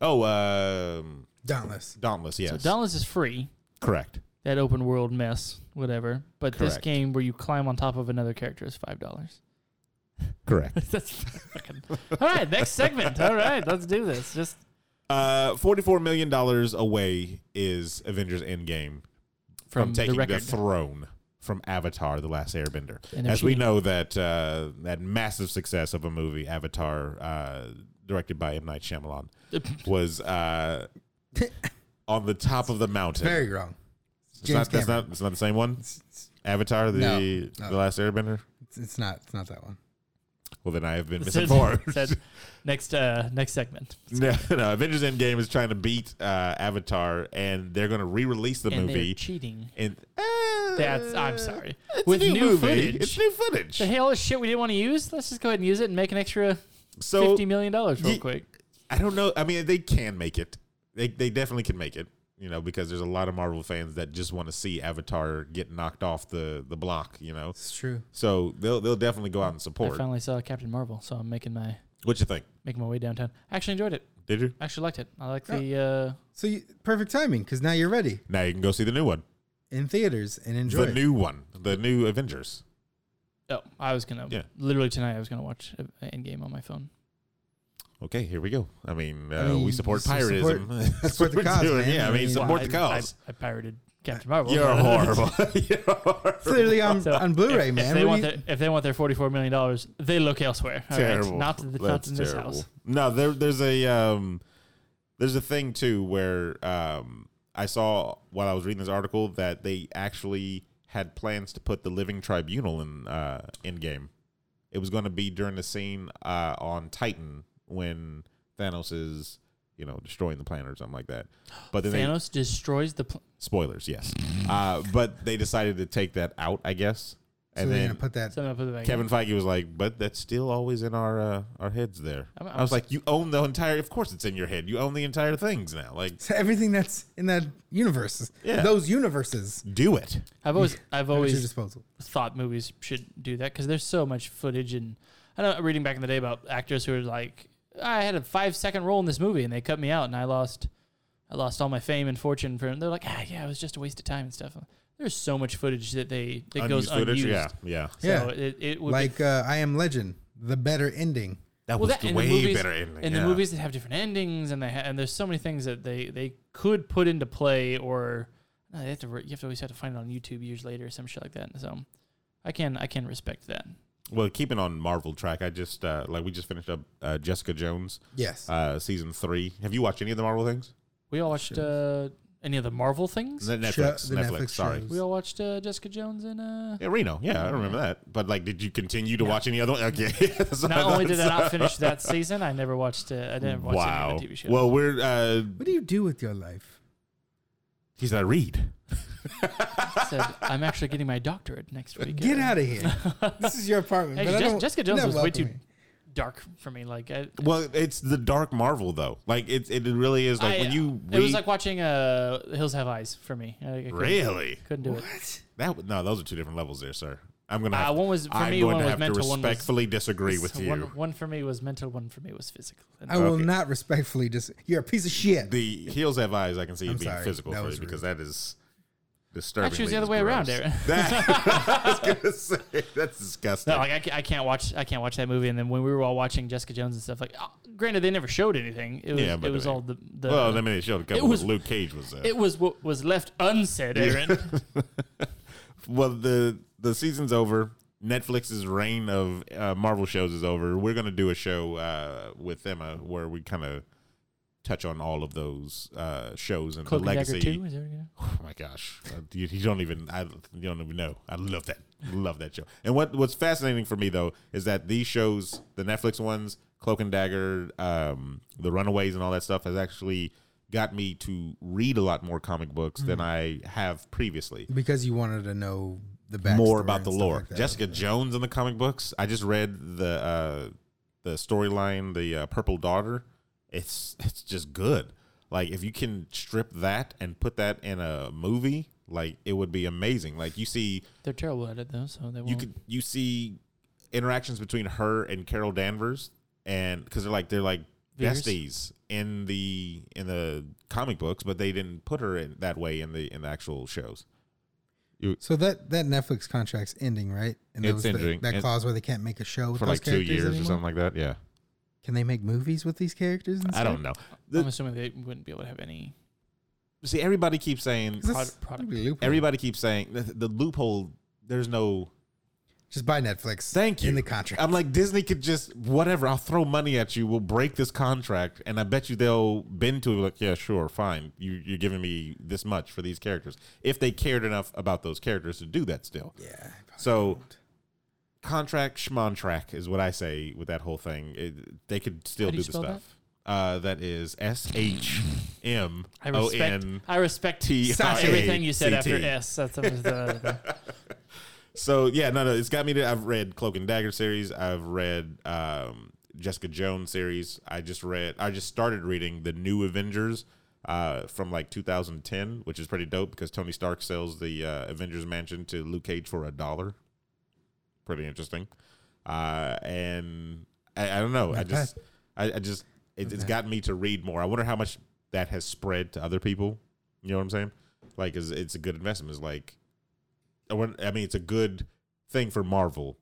Speaker 2: Oh, um,
Speaker 4: Dauntless.
Speaker 2: Dauntless. Yes,
Speaker 3: So Dauntless is free.
Speaker 2: correct.
Speaker 3: That open world mess, whatever. But this
Speaker 2: Correct.
Speaker 3: game where you climb on top of another character is five
Speaker 4: [laughs]
Speaker 3: dollars. [laughs]
Speaker 2: Correct. [laughs]
Speaker 3: That's fucking. All right, next
Speaker 4: [laughs]
Speaker 3: segment. All right, let's do this. Just
Speaker 2: Uh, forty-four million dollars away is Avengers Endgame from, taking
Speaker 3: the
Speaker 2: the,
Speaker 3: record.
Speaker 2: throne from Avatar: The Last Airbender.
Speaker 3: And
Speaker 2: As we
Speaker 3: repeating.
Speaker 2: know that uh, that massive success of a movie, Avatar, uh, directed by M Night Shyamalan, was
Speaker 3: [laughs]
Speaker 2: uh, on the top of the mountain.
Speaker 4: Very wrong.
Speaker 2: it's not, that's not that's not the same one. Avatar: The
Speaker 4: No, no.
Speaker 2: The Last Airbender.
Speaker 4: It's- It's not. It's not that one.
Speaker 2: Well, then I have been
Speaker 3: Said-
Speaker 2: misinformed.
Speaker 3: [laughs] said next uh, next segment.
Speaker 2: [laughs] no, no, Avengers Endgame is trying to beat uh, Avatar, and they're going to re-release the
Speaker 3: and they're
Speaker 2: movie.
Speaker 3: cheating.
Speaker 2: And
Speaker 3: That's I'm sorry.
Speaker 2: It's
Speaker 3: With
Speaker 2: new,
Speaker 3: new
Speaker 2: movie.
Speaker 3: footage.
Speaker 2: It's new footage.
Speaker 3: The hell is shit we didn't want to use. Let's just go ahead and use it and make an extra
Speaker 2: so
Speaker 3: fifty million dollars real
Speaker 2: Ye-
Speaker 3: quick.
Speaker 2: I don't know. I mean, they can make it. They they definitely can make it. You know, because there's a lot of Marvel fans that just want to see Avatar get knocked off the the block. You know,
Speaker 4: It's true.
Speaker 2: so they'll they'll definitely go out and
Speaker 3: I
Speaker 2: support.
Speaker 3: finally saw Captain Marvel, so I'm making my
Speaker 2: What you think?
Speaker 3: making my way downtown. I actually enjoyed it.
Speaker 2: Did you?
Speaker 3: I actually liked it. I like the uh,
Speaker 2: Oh.
Speaker 4: So you, perfect timing because now you're ready
Speaker 2: Now you can go see the new one,
Speaker 4: in theaters and enjoy.
Speaker 2: the
Speaker 4: it.
Speaker 2: new one, the new Avengers.
Speaker 3: oh, I was gonna
Speaker 2: Yeah.
Speaker 3: literally tonight I was gonna watch uh, Endgame on my phone.
Speaker 2: Okay, here we go. I mean, uh,
Speaker 4: mean,
Speaker 2: we support
Speaker 4: support-
Speaker 2: piratism. That's
Speaker 4: support
Speaker 2: [laughs] what
Speaker 4: the
Speaker 2: we're
Speaker 4: cause,
Speaker 2: doing.
Speaker 4: man.
Speaker 2: Yeah, I
Speaker 4: I
Speaker 2: mean,
Speaker 4: mean-
Speaker 2: support
Speaker 3: I,
Speaker 2: the cause.
Speaker 3: I, I pirated Captain Marvel. [laughs]
Speaker 2: You're horrible. [laughs] You're horrible.
Speaker 4: It's literally on,
Speaker 3: So,
Speaker 4: on Blu-ray,
Speaker 3: if,
Speaker 4: man.
Speaker 3: If they,
Speaker 4: What
Speaker 3: want
Speaker 4: do you-
Speaker 3: their, if they want their $44 million, they look elsewhere. All right.
Speaker 2: terrible.
Speaker 3: Not, to the, not
Speaker 2: That's
Speaker 3: in this
Speaker 2: terrible.
Speaker 3: house.
Speaker 2: No, there, there's a um, there's a thing too where um, I saw while I was reading this article that they actually had plans to put the Living Tribunal in uh, Endgame. It was going to be during the scene uh, on Titan when Thanos is you know destroying the planet or something like that. But then they,
Speaker 3: Thanos destroys the. Pl-
Speaker 2: spoilers, yes. Uh, but they decided to take that out, I guess.
Speaker 4: so
Speaker 2: And
Speaker 4: they're
Speaker 2: then
Speaker 4: gonna put that.
Speaker 3: Something up with the back.
Speaker 2: Kevin Feige was like, "But that's still always in our uh, our heads." There,
Speaker 3: I'm-
Speaker 2: I was like, "You own the entire. Of course, it's in your head. You own the entire things now. Like,
Speaker 4: So everything that's in that universe,
Speaker 2: Yeah.
Speaker 4: those universes,
Speaker 2: do it.
Speaker 3: I've always, I've
Speaker 4: are at your
Speaker 3: always
Speaker 4: disposal.
Speaker 3: thought movies should do that because there's so much footage and I know reading back in the day about actors who are like I had a five second role in this movie and they cut me out and I lost I lost all my fame and fortune for they're like ah yeah it was just a waste of time and stuff. There's so much footage that they that goes unused.
Speaker 2: Yeah, yeah.
Speaker 3: So
Speaker 4: Yeah.
Speaker 3: it, it would
Speaker 4: Like uh, I Am Legend, the better ending.
Speaker 2: That
Speaker 3: well,
Speaker 2: was
Speaker 3: that,
Speaker 2: the
Speaker 3: and
Speaker 2: way
Speaker 3: the movies,
Speaker 2: better ending.
Speaker 3: And
Speaker 2: yeah.
Speaker 3: the movies that have different endings, and they ha- and there's so many things that they they could put into play, or no, they have to re- you have to always have to find it on YouTube years later or some shit like that. So I can I can respect that.
Speaker 2: Well, keeping on Marvel track, I just uh, like we just finished up uh, Jessica Jones
Speaker 4: Yes.
Speaker 2: uh, season three. Have you watched any of the Marvel things?
Speaker 3: We all watched uh, any of the Marvel things.
Speaker 2: The Netflix,
Speaker 4: the
Speaker 2: Netflix,
Speaker 4: Netflix
Speaker 2: Sorry,
Speaker 4: shows.
Speaker 3: We all watched uh, Jessica Jones and
Speaker 2: [laughs]
Speaker 3: uh,
Speaker 2: yeah, Reno. Yeah, I remember that. But like, did you continue to watch any other [laughs] one? Okay. That's what I
Speaker 3: not only
Speaker 2: thought.
Speaker 3: did I not finish that season, I never watched. Uh, I didn't watch
Speaker 2: wow.
Speaker 3: any of the TV show.
Speaker 2: Well, we're uh,
Speaker 4: What do you do with your life?
Speaker 2: he's not read.
Speaker 3: Said, I'm actually getting my
Speaker 2: [laughs]
Speaker 3: doctorate next week.
Speaker 4: Get
Speaker 3: Uh,
Speaker 4: out
Speaker 3: [laughs]
Speaker 4: of here. this is your apartment.
Speaker 3: Hey,
Speaker 4: but I
Speaker 3: Jes-
Speaker 4: don't-
Speaker 3: Jessica
Speaker 4: you're
Speaker 3: Jones
Speaker 4: not
Speaker 3: was way too
Speaker 4: welcoming.
Speaker 3: dark for me. Like I,
Speaker 2: Well, it's the dark Marvel though. Like it, it really is. Like
Speaker 3: I-
Speaker 2: when you
Speaker 3: it was like watching uh, Hills Have Eyes for me. I- I couldn't-
Speaker 2: really
Speaker 3: Couldn't do it. [laughs]
Speaker 4: What?
Speaker 2: that. w- No, those are two different levels there, sir. I'm gonna.
Speaker 3: Uh,
Speaker 2: Have,
Speaker 3: one was- for
Speaker 2: I'm
Speaker 3: me,
Speaker 2: going
Speaker 3: one
Speaker 2: to
Speaker 3: was
Speaker 2: have
Speaker 3: mental,
Speaker 2: to
Speaker 3: one was-
Speaker 2: respectfully disagree with you.
Speaker 3: One, one for me was mental. One for me was physical. And
Speaker 4: I will not respectfully dis. You're a piece of shit.
Speaker 2: the heels have eyes. I can see you
Speaker 4: I'm
Speaker 2: being
Speaker 4: sorry.
Speaker 2: physical
Speaker 4: That
Speaker 2: for
Speaker 4: was
Speaker 2: you because that is disturbing.
Speaker 3: Actually, it was the other way around, Aaron.
Speaker 2: [laughs] I was gonna say that's disgusting.
Speaker 3: No, like I, ca- I can't watch. I can't watch that movie. And then when we were all watching Jessica Jones and stuff, like, oh, granted, they never showed anything. It was,
Speaker 2: Yeah, but
Speaker 3: it was
Speaker 2: they-
Speaker 3: all the, the
Speaker 2: well, I mean, it showed a couple.
Speaker 3: was-
Speaker 2: of Luke Cage was there.
Speaker 3: It was what was left
Speaker 2: [laughs]
Speaker 3: unsaid, Aaron.
Speaker 2: well, the the season's over. Netflix's reign of uh, Marvel shows is over. We're gonna do a show uh, with Emma where we kind of touch on all of those uh, shows and
Speaker 3: Cloak
Speaker 2: the
Speaker 3: and Dagger
Speaker 2: legacy.
Speaker 3: Two. Is that what you're gonna-
Speaker 2: Oh my gosh, Uh, you, you don't even I you don't even know. I love that, love that show. And what what's fascinating for me though is that these shows, the Netflix ones, Cloak and Dagger, um, the Runaways, and all that stuff, has actually got me to read a lot more comic books
Speaker 3: Mm-hmm.
Speaker 2: than I have previously
Speaker 4: because you wanted to know the backstory
Speaker 2: more about the
Speaker 4: and stuff
Speaker 2: lore.
Speaker 4: like that.
Speaker 2: Jessica Jones in the comic books. I just read the uh, the storyline, the uh, Purple Daughter. It's it's just good. Like if you can strip that and put that in a movie, like it would be amazing. Like you see,
Speaker 3: They're terrible at it though, so they won't.
Speaker 4: Mm-hmm.
Speaker 2: you could you see interactions between her and Carol Danvers, and because they're like they're like
Speaker 3: Veers.
Speaker 2: besties in the in the comic books, but they didn't put her in that way in the in the actual shows.
Speaker 4: So that that Netflix contract's ending, right? And
Speaker 2: It's
Speaker 4: that was the-
Speaker 2: ending.
Speaker 4: that
Speaker 2: It-
Speaker 4: clause where they can't make a show with
Speaker 2: For
Speaker 4: those
Speaker 2: like two
Speaker 4: characters
Speaker 2: years
Speaker 4: anymore?
Speaker 2: or something like that, yeah.
Speaker 4: Can they make movies with these characters? And
Speaker 2: I
Speaker 4: stuff?
Speaker 2: don't know.
Speaker 3: I'm assuming they wouldn't be able to have any.
Speaker 2: See, everybody keeps saying.
Speaker 4: 'Cause
Speaker 3: Prod-
Speaker 4: that's-
Speaker 3: product.
Speaker 4: that'd be a loophole.
Speaker 2: Everybody keeps saying the, the loophole. There's no
Speaker 4: just buy Netflix.
Speaker 2: thank you
Speaker 4: in the contract.
Speaker 2: I'm like Disney could just whatever. I'll throw money at you. We'll break this contract, and I bet you they'll bend to it. Like, yeah, sure, fine. You, you're giving me this much for these characters. If they cared enough about those characters to do that, still.
Speaker 4: yeah. probably
Speaker 2: So-
Speaker 4: won't.
Speaker 2: contract schmontrack is what I say with that whole thing. It, they could still
Speaker 3: How do
Speaker 2: do,
Speaker 3: you
Speaker 2: the
Speaker 3: spell that?
Speaker 2: stuff. Uh, that is S H M
Speaker 3: I
Speaker 2: O
Speaker 3: respect.
Speaker 2: N
Speaker 3: I respect
Speaker 2: T I
Speaker 3: everything you said
Speaker 2: C
Speaker 3: after
Speaker 2: T.
Speaker 3: S. That's that was uh, the, the
Speaker 2: So yeah, no, no, it's got me to. I've read Cloak and Dagger series. I've read um, Jessica Jones series. I just read. I just started reading the New Avengers uh, from like 2010, which is pretty dope because Tony Stark sells the uh, Avengers mansion to Luke Cage for a dollar. Pretty interesting. Uh, and I, I don't know. I
Speaker 4: Not
Speaker 2: just, I, I just, it, it's gotten me to read more. I wonder how much that has spread to other people. You know what I'm saying? Like, is it's a good investment? Is like, I want- I mean, it's a good thing for Marvel.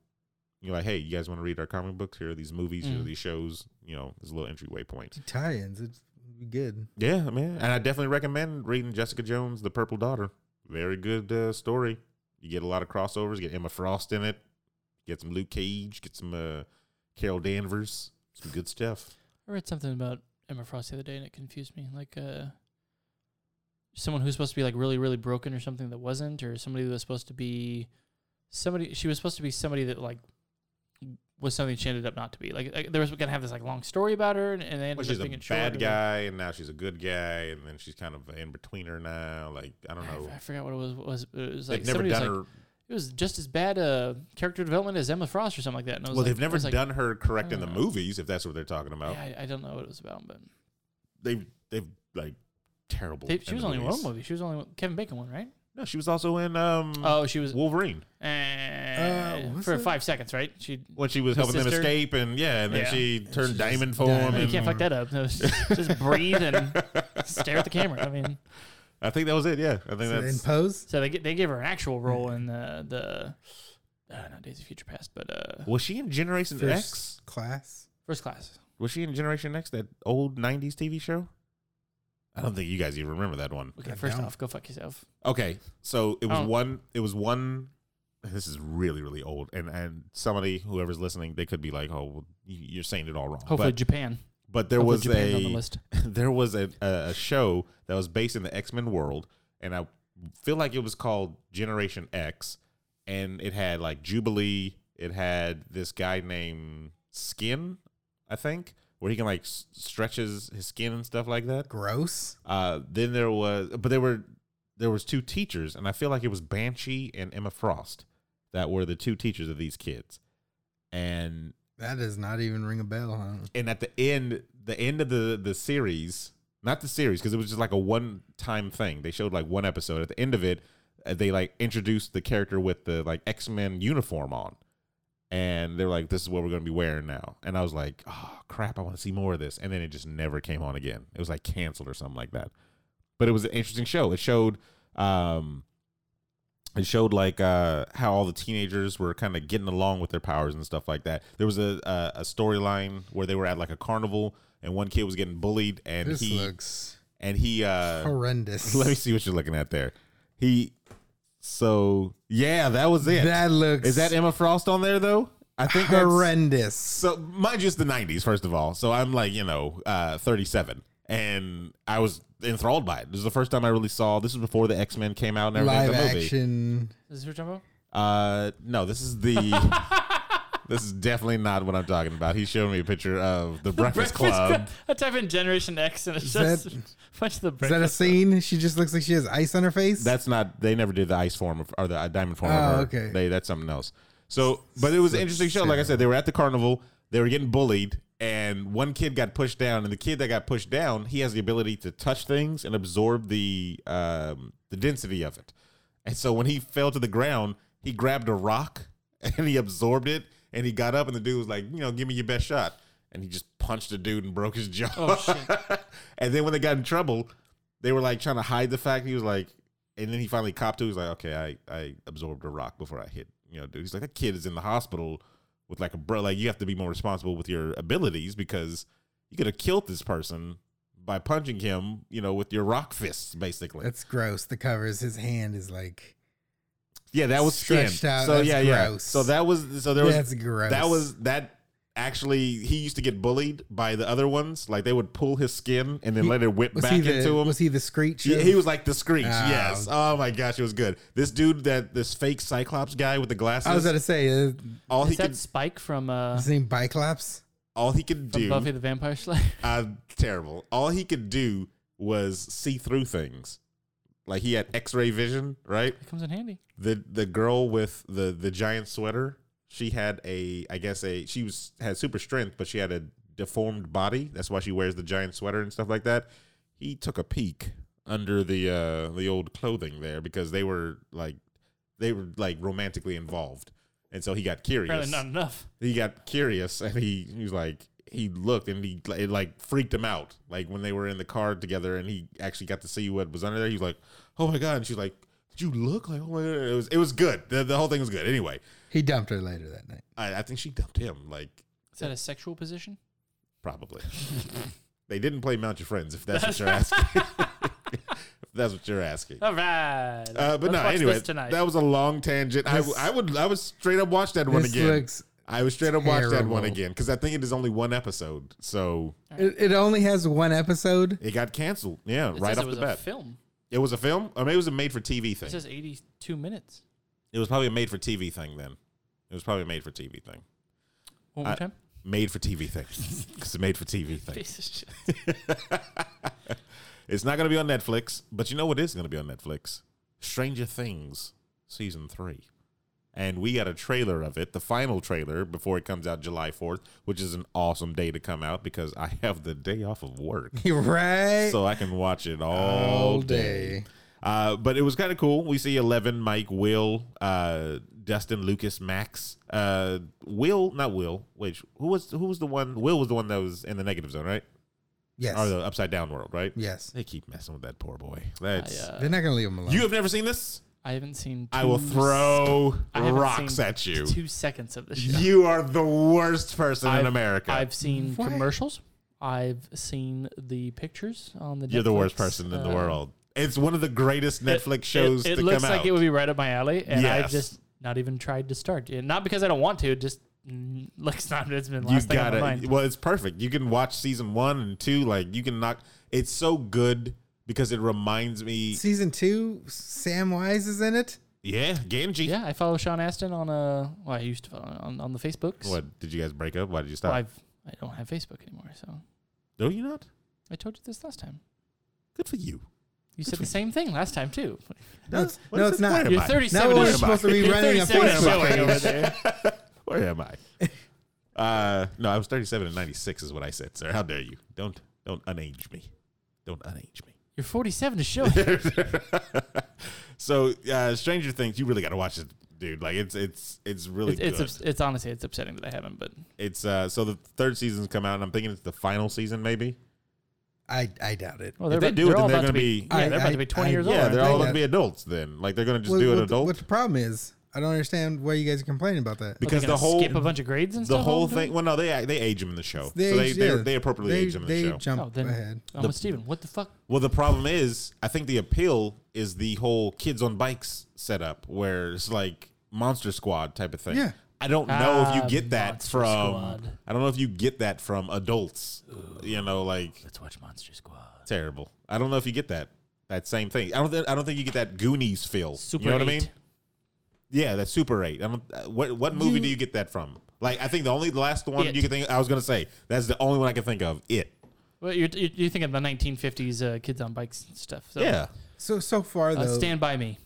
Speaker 2: You're like, hey, you guys want to read our comic books? Here are these movies. Here are
Speaker 3: Mm.
Speaker 2: these shows. You know, there's a little entryway point.
Speaker 4: Do tie-ins. It'd be good.
Speaker 2: Yeah, man. And I definitely recommend reading Jessica Jones, The Purple Daughter. very good uh, story. You get a lot of crossovers. Get Emma Frost in it. Get some Luke Cage. Get some uh, Carol Danvers. Some good stuff.
Speaker 3: I read something about Emma Frost the other day and it confused me. Like uh someone who's supposed to be like really, really broken or something that wasn't, or somebody that was supposed to be somebody she was supposed to be somebody that like was something she ended up not to be. Like, like there was gonna have this like long story about her and, and they ended
Speaker 2: Well,
Speaker 3: up
Speaker 2: she's a
Speaker 3: being
Speaker 2: bad
Speaker 3: short and-
Speaker 2: guy, and now she's a good guy, and then she's kind of in between her now. Like I don't
Speaker 3: I,
Speaker 2: know.
Speaker 3: f- I forgot what it was. What was it was
Speaker 2: They've
Speaker 3: like
Speaker 2: never
Speaker 3: somebody was
Speaker 2: done
Speaker 3: like,
Speaker 2: her.
Speaker 3: it was just as bad uh, character development as Emma Frost or something like that. And I was
Speaker 2: Well,
Speaker 3: like,
Speaker 2: they've
Speaker 3: I
Speaker 2: never
Speaker 3: was like,
Speaker 2: done her correct in the
Speaker 3: uh,
Speaker 2: movies, if that's what they're talking about.
Speaker 3: Yeah, I, I don't know what it was about, but
Speaker 2: They've they've like terrible.
Speaker 3: they,
Speaker 2: in
Speaker 3: she
Speaker 2: the
Speaker 3: was only in
Speaker 2: movies. Mm-hmm.
Speaker 3: one movie. She was only Kevin Bacon one, right?
Speaker 2: No, she was also in um
Speaker 3: Oh, she was
Speaker 2: Wolverine
Speaker 3: uh,
Speaker 4: what's
Speaker 3: Eh, for
Speaker 4: that?
Speaker 3: five seconds, right? She
Speaker 2: when she was
Speaker 3: The
Speaker 2: helping them
Speaker 3: sister?
Speaker 2: escape, and yeah, and then
Speaker 3: Yeah.
Speaker 2: she turned
Speaker 4: she's
Speaker 2: diamond
Speaker 4: just
Speaker 2: for him.
Speaker 4: diamond.
Speaker 3: you can't
Speaker 2: And [laughs]
Speaker 3: fuck that up. No,
Speaker 4: [laughs]
Speaker 3: just breathe and stare at the camera. I mean,
Speaker 2: I think that was it. Yeah, I think
Speaker 4: So in
Speaker 2: that's
Speaker 4: pose,
Speaker 3: so they get, they gave her an actual role in the the uh, not Days of Future Past, but uh,
Speaker 2: was she in Generation
Speaker 4: First
Speaker 2: X?
Speaker 4: class.
Speaker 3: First Class.
Speaker 2: Was she in Generation X, that old '90s TV show? I don't think you guys even remember that one.
Speaker 3: Okay,
Speaker 4: God
Speaker 3: first
Speaker 4: damn.
Speaker 3: off, go fuck yourself.
Speaker 2: Okay, so it was
Speaker 3: Oh.
Speaker 2: one. It was one. This is really, really old, and and somebody, whoever's listening, they could be like, "Oh, well, you- you're saying it all wrong."
Speaker 3: Hopefully,
Speaker 2: but,
Speaker 3: Japan.
Speaker 2: but there
Speaker 3: Hopefully
Speaker 2: was
Speaker 3: Japan's
Speaker 2: a
Speaker 3: on the list.
Speaker 2: [laughs] there was a, a a show that was based in the X Men world, and I feel like it was called Generation X, and it had like Jubilee. It had this guy named Skin, I think, where he can like s- stretches his skin and stuff like that.
Speaker 4: Gross.
Speaker 2: Uh, then there was, but there were there was two teachers, and I feel like it was Banshee and Emma Frost that were the two teachers of these kids, and
Speaker 4: That does not even ring a bell. Huh?
Speaker 2: and at the end the end of the the series not the series because it was just like a one time thing they showed like one episode at the end of it uh, they like introduced the character with the like x-men uniform on and they're like this is what we're going to be wearing now and i was like oh crap i want to see more of this and then it just never came on again it was like canceled or something like that but it was an interesting show it showed um it showed like uh, how all the teenagers were kind of getting along with their powers and stuff like that. There was a a, a storyline where they were at like a carnival and one kid was getting bullied and
Speaker 4: this
Speaker 2: he
Speaker 4: looks
Speaker 2: and he uh,
Speaker 4: horrendous.
Speaker 2: [laughs] let me see what you're looking at there. He so yeah, that was it. Is
Speaker 4: That looks
Speaker 2: that Emma Frost on there though? I think that's,
Speaker 4: horrendous.
Speaker 2: so mind you, it's the '90s first of all. So I'm like you know uh, 37 and I was enthralled by it. This is the first time I really saw. This was before the X Men came out and everything.
Speaker 4: Live
Speaker 2: the movie.
Speaker 4: action.
Speaker 3: Is this your jumbo?
Speaker 2: Uh, no, this is the. this is definitely not what I'm talking about. He showed me a picture of the, Breakfast, Club.
Speaker 3: [laughs] I type in Generation X and it's
Speaker 4: Is
Speaker 3: just
Speaker 4: that-
Speaker 3: [laughs] a bunch of the
Speaker 4: Is that a
Speaker 3: Breakfast.
Speaker 4: scene? She just looks like she has ice on her face.
Speaker 2: That's not. They never did the ice form of, or the uh, diamond form. of
Speaker 4: Oh,
Speaker 2: her.
Speaker 4: okay.
Speaker 2: They that's something else. So, but it was an
Speaker 4: So
Speaker 2: interesting show. Like I said, they were at the carnival. They were getting bullied, and one kid got pushed down. And the kid that got pushed down, he has the ability to touch things and absorb the um, the density of it. And so when he fell to the ground, he grabbed a rock [laughs] and he absorbed it. And he got up, and the dude was like, you know, give me your best shot. And he just punched the dude and broke his [laughs] jaw.
Speaker 3: Oh, shit.
Speaker 2: and then when they got in trouble, they were like trying to hide the fact he was like, and then he finally copped to. it. He was like, okay, I, I absorbed a rock before I hit, you know, dude. He's like, that kid is in the hospital with like a bro. Like, you have to be more responsible with your abilities because you could have killed this person by punching him, you know, with your rock fists, basically.
Speaker 4: That's gross. The covers. His hand is like.
Speaker 2: yeah, that was skin.
Speaker 4: stretched out.
Speaker 2: So
Speaker 4: That's
Speaker 2: yeah, yeah.
Speaker 4: gross.
Speaker 2: So that was so there was
Speaker 4: that's gross.
Speaker 2: That was that actually he used to get bullied by the other ones. Like they would pull his skin and then
Speaker 4: He-
Speaker 2: let it whip
Speaker 4: Was
Speaker 2: back
Speaker 4: he the
Speaker 2: into him.
Speaker 4: was he the screech?
Speaker 2: Yeah,
Speaker 4: of-
Speaker 2: he was like the screech.
Speaker 4: Oh.
Speaker 2: Yes. Oh my gosh, it was good. This dude that this fake Cyclops guy with the glasses.
Speaker 4: I was gonna say uh,
Speaker 2: all he
Speaker 3: Is that
Speaker 2: could
Speaker 3: Spike from uh
Speaker 4: his name Biclops.
Speaker 2: all he could
Speaker 3: from
Speaker 2: do.
Speaker 3: Buffy the Vampire Slayer? [laughs]
Speaker 2: Uh, terrible. All he could do was see through things. Like he had X-ray vision, right?
Speaker 3: It comes in handy.
Speaker 2: the the girl with the the giant sweater she had a i guess a she was had super strength but she had a deformed body that's why she wears the giant sweater and stuff like that he took a peek under the uh the old clothing there because they were like they were like romantically involved and so he got curious
Speaker 3: Apparently not enough.
Speaker 2: he got curious and he, he was like he looked and he it like freaked him out like when they were in the car together and he actually got to see what was under there he was like oh my god and she's like did you look like oh my god it was it was good the, the whole thing was good anyway
Speaker 4: He dumped her later that night.
Speaker 2: I, I think she dumped him like
Speaker 3: Is that a sexual position? [laughs]
Speaker 2: probably they didn't play mount your friends if that's what you're asking That's what you're asking.
Speaker 3: All right.
Speaker 2: Uh, but
Speaker 3: Let's
Speaker 2: no,
Speaker 3: watch
Speaker 2: anyway,
Speaker 3: this tonight.
Speaker 2: that was a long tangent. I,
Speaker 4: This-
Speaker 2: I would I would straight up watch that one
Speaker 4: This
Speaker 2: again.
Speaker 4: looks-
Speaker 2: I would straight up watch that one
Speaker 4: terrible.
Speaker 2: again because I think it is only one episode, so
Speaker 4: It, it only has one episode. [laughs]
Speaker 2: it got canceled. Yeah,
Speaker 3: It
Speaker 2: right
Speaker 3: says
Speaker 2: off the
Speaker 3: it was a
Speaker 2: bat.
Speaker 3: film.
Speaker 2: it was a film, or maybe it was a made-for-TV
Speaker 3: It
Speaker 2: thing.
Speaker 3: says 82 minutes.
Speaker 2: It was probably a made-for-TV thing then. It was probably a made-for-TV thing.
Speaker 3: One more
Speaker 2: I-
Speaker 3: time.
Speaker 2: Made-for-TV
Speaker 3: [laughs]
Speaker 2: thing. it's a made-for-TV thing. [laughs]
Speaker 3: Piece of shit.
Speaker 2: It's not going to be on Netflix, but you know what is going to be on Netflix? Stranger Things season three. And we got a trailer of it, the final trailer before it comes out July 4th, which is an awesome day to come out because I have the day off of work.
Speaker 4: You're right.
Speaker 2: So I can watch it all,
Speaker 4: All
Speaker 2: day.
Speaker 4: day.
Speaker 2: Uh, but it was kind of cool. We see Eleven, Mike, Will, uh, Dustin, Lucas, Max. Uh, Will, not Will. Wait, who was who was the one? Will was the one that was in the negative zone, right?
Speaker 4: yes.
Speaker 2: Or the upside down world, right?
Speaker 4: yes.
Speaker 2: They keep messing with that poor boy.
Speaker 3: I,
Speaker 2: That's
Speaker 3: uh,
Speaker 4: They're not gonna leave him alone.
Speaker 2: you have never seen this.
Speaker 3: I haven't seen.
Speaker 2: I will
Speaker 3: two
Speaker 2: throw
Speaker 3: I haven't
Speaker 2: rocks
Speaker 3: seen
Speaker 2: at you.
Speaker 3: Two seconds of this show.
Speaker 2: You are the worst person in
Speaker 3: I've-
Speaker 2: America.
Speaker 3: I've seen
Speaker 4: What?
Speaker 3: commercials. I've seen the pictures on the.
Speaker 2: You're the worst
Speaker 3: Netflix,
Speaker 2: person in the
Speaker 3: uh,
Speaker 2: world. It's one of the greatest
Speaker 3: it-
Speaker 2: Netflix
Speaker 3: it-
Speaker 2: shows
Speaker 3: It,
Speaker 2: to
Speaker 3: looks
Speaker 2: come
Speaker 3: like
Speaker 2: out.
Speaker 3: it would be right up my alley, and I've
Speaker 2: Yes.
Speaker 3: just not even tried to start. And not because I don't want to, just mm, [laughs] looks not. It's been the
Speaker 2: you
Speaker 3: last thing on my
Speaker 2: gotta.
Speaker 3: mind.
Speaker 2: Well, it's perfect. You can watch season one and two. Like you can knock. It's so good because it reminds me.
Speaker 4: Season two, Sam Wise is in it.
Speaker 2: Yeah, Ganji.
Speaker 3: yeah, I follow Sean Astin on uh, well, I used to follow on on the Facebooks.
Speaker 2: What did you guys break up? Why did you
Speaker 3: Well,
Speaker 2: stop?
Speaker 3: I've I don't have Facebook anymore, so
Speaker 2: no, you not.
Speaker 3: I told you this last time.
Speaker 2: Good for you.
Speaker 3: You said the same thing last time too.
Speaker 4: No, it's-
Speaker 2: What
Speaker 4: no,
Speaker 2: is
Speaker 4: it's
Speaker 2: this?
Speaker 4: not.
Speaker 2: Where am
Speaker 3: You're
Speaker 2: I?
Speaker 3: 37.
Speaker 4: Now we're
Speaker 2: Where am
Speaker 4: supposed
Speaker 2: [laughs]
Speaker 4: to
Speaker 2: I?
Speaker 4: be
Speaker 3: You're
Speaker 4: running a
Speaker 3: 37
Speaker 4: Facebook
Speaker 3: showing over
Speaker 4: page.
Speaker 3: there.
Speaker 2: [laughs] Where am I? Uh, no, I was 37 and 96 is what I said, sir. How dare you? Don't don't unage me. Don't unage me.
Speaker 3: You're 47 to [laughs] show.
Speaker 2: [laughs] so, uh, Stranger Things, you really got to watch it, dude. Like it's it's it's really
Speaker 3: it's
Speaker 2: good.
Speaker 3: it's, ups- it's honestly it's upsetting that I haven't, but
Speaker 2: It's uh so the third season's come out and I'm thinking it's the final season maybe.
Speaker 4: I I doubt it.
Speaker 2: If
Speaker 3: well, they're
Speaker 2: they
Speaker 3: about-
Speaker 2: do it,
Speaker 3: they're
Speaker 2: then
Speaker 3: all
Speaker 2: they're
Speaker 3: about to
Speaker 2: gonna
Speaker 3: be,
Speaker 2: be-
Speaker 3: yeah,
Speaker 4: I-
Speaker 3: they're about
Speaker 4: I-
Speaker 3: to be 20
Speaker 4: I-
Speaker 3: years old.
Speaker 2: Yeah,
Speaker 4: I
Speaker 2: they're
Speaker 4: think
Speaker 2: all going to
Speaker 4: that-
Speaker 2: be adults then. Like they're going to just
Speaker 4: What-
Speaker 2: do it
Speaker 4: what the-
Speaker 2: adult
Speaker 4: What the problem is, I don't understand why you guys are complaining about that.
Speaker 3: Are they
Speaker 2: because the
Speaker 3: gonna
Speaker 2: whole
Speaker 3: skip a bunch of grades and
Speaker 2: the
Speaker 3: stuff
Speaker 2: whole
Speaker 3: over to
Speaker 2: thing.
Speaker 3: it?
Speaker 2: Well, no, they they age them in the show.
Speaker 4: They
Speaker 2: so they
Speaker 4: age-
Speaker 2: they,
Speaker 4: yeah.
Speaker 2: they appropriately
Speaker 4: They,
Speaker 2: age them in the
Speaker 4: they
Speaker 2: show.
Speaker 4: jump
Speaker 3: Oh, then
Speaker 4: ahead.
Speaker 3: I'm
Speaker 2: The-
Speaker 3: with Steven. What the fuck?
Speaker 2: Well, the problem is, I think the appeal is the whole kids on bikes setup, where it's like Monster Squad type of thing.
Speaker 4: Yeah.
Speaker 2: I don't know if
Speaker 3: Ah,
Speaker 2: you get that
Speaker 3: Monster
Speaker 2: from.
Speaker 3: Squad.
Speaker 2: I don't know if you get that from adults. You know, like
Speaker 3: Let's watch Monster Squad.
Speaker 2: terrible. I don't know if you get that that same thing. I don't. Th- I don't think you get that Goonies feel.
Speaker 3: Super
Speaker 2: you know what I
Speaker 3: Eight.
Speaker 2: mean? Yeah, that Super Eight. I don't. uh, What what movie do you get that from? Like, I think the only the last one
Speaker 3: It.
Speaker 2: you can think. I was gonna say that's the only one I can think of. It.
Speaker 3: Well, you're, you're you're thinking of the 1950s uh, kids on bikes and stuff. So,
Speaker 2: Yeah.
Speaker 4: So so far
Speaker 3: Uh,
Speaker 4: though,
Speaker 3: Stand by me.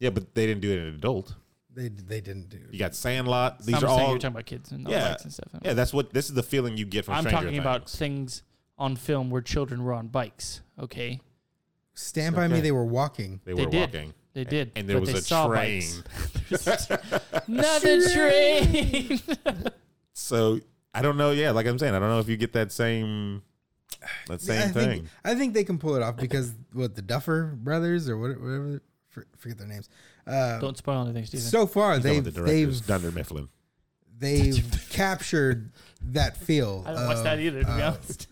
Speaker 2: Yeah, but they didn't do it in adult.
Speaker 4: they they didn't do.
Speaker 2: You got Sandlot. These
Speaker 3: I'm
Speaker 2: are
Speaker 3: saying
Speaker 2: all
Speaker 3: you're talking about kids and on
Speaker 2: Yeah.
Speaker 3: bikes and stuff.
Speaker 2: Yeah, that's what this is the feeling you get from
Speaker 3: I'm
Speaker 2: Stranger
Speaker 3: talking
Speaker 2: Things.
Speaker 3: about things on film where children were on bikes. Okay,
Speaker 4: Stand by me.
Speaker 2: okay.
Speaker 4: They were walking.
Speaker 2: they
Speaker 3: they
Speaker 2: were
Speaker 3: did.
Speaker 2: walking.
Speaker 3: They did,
Speaker 2: And there
Speaker 3: but
Speaker 2: was
Speaker 3: they
Speaker 2: a
Speaker 3: saw
Speaker 2: train.
Speaker 3: bikes. Another train.
Speaker 2: So I don't know, yeah, like I'm saying, I don't know if you get that same that same
Speaker 4: I
Speaker 2: thing.
Speaker 4: Think, I think they can pull it off because what the Duffer brothers or what- whatever, for- forget their names. Uh,
Speaker 3: Don't spoil anything, Steven.
Speaker 4: so far
Speaker 2: Some of
Speaker 4: they've
Speaker 2: the directors,
Speaker 4: they've
Speaker 2: Dunder Mifflin.
Speaker 4: they've [laughs] captured that feel.
Speaker 3: I don't watch
Speaker 4: of,
Speaker 3: that either, to be
Speaker 4: uh,
Speaker 3: honest.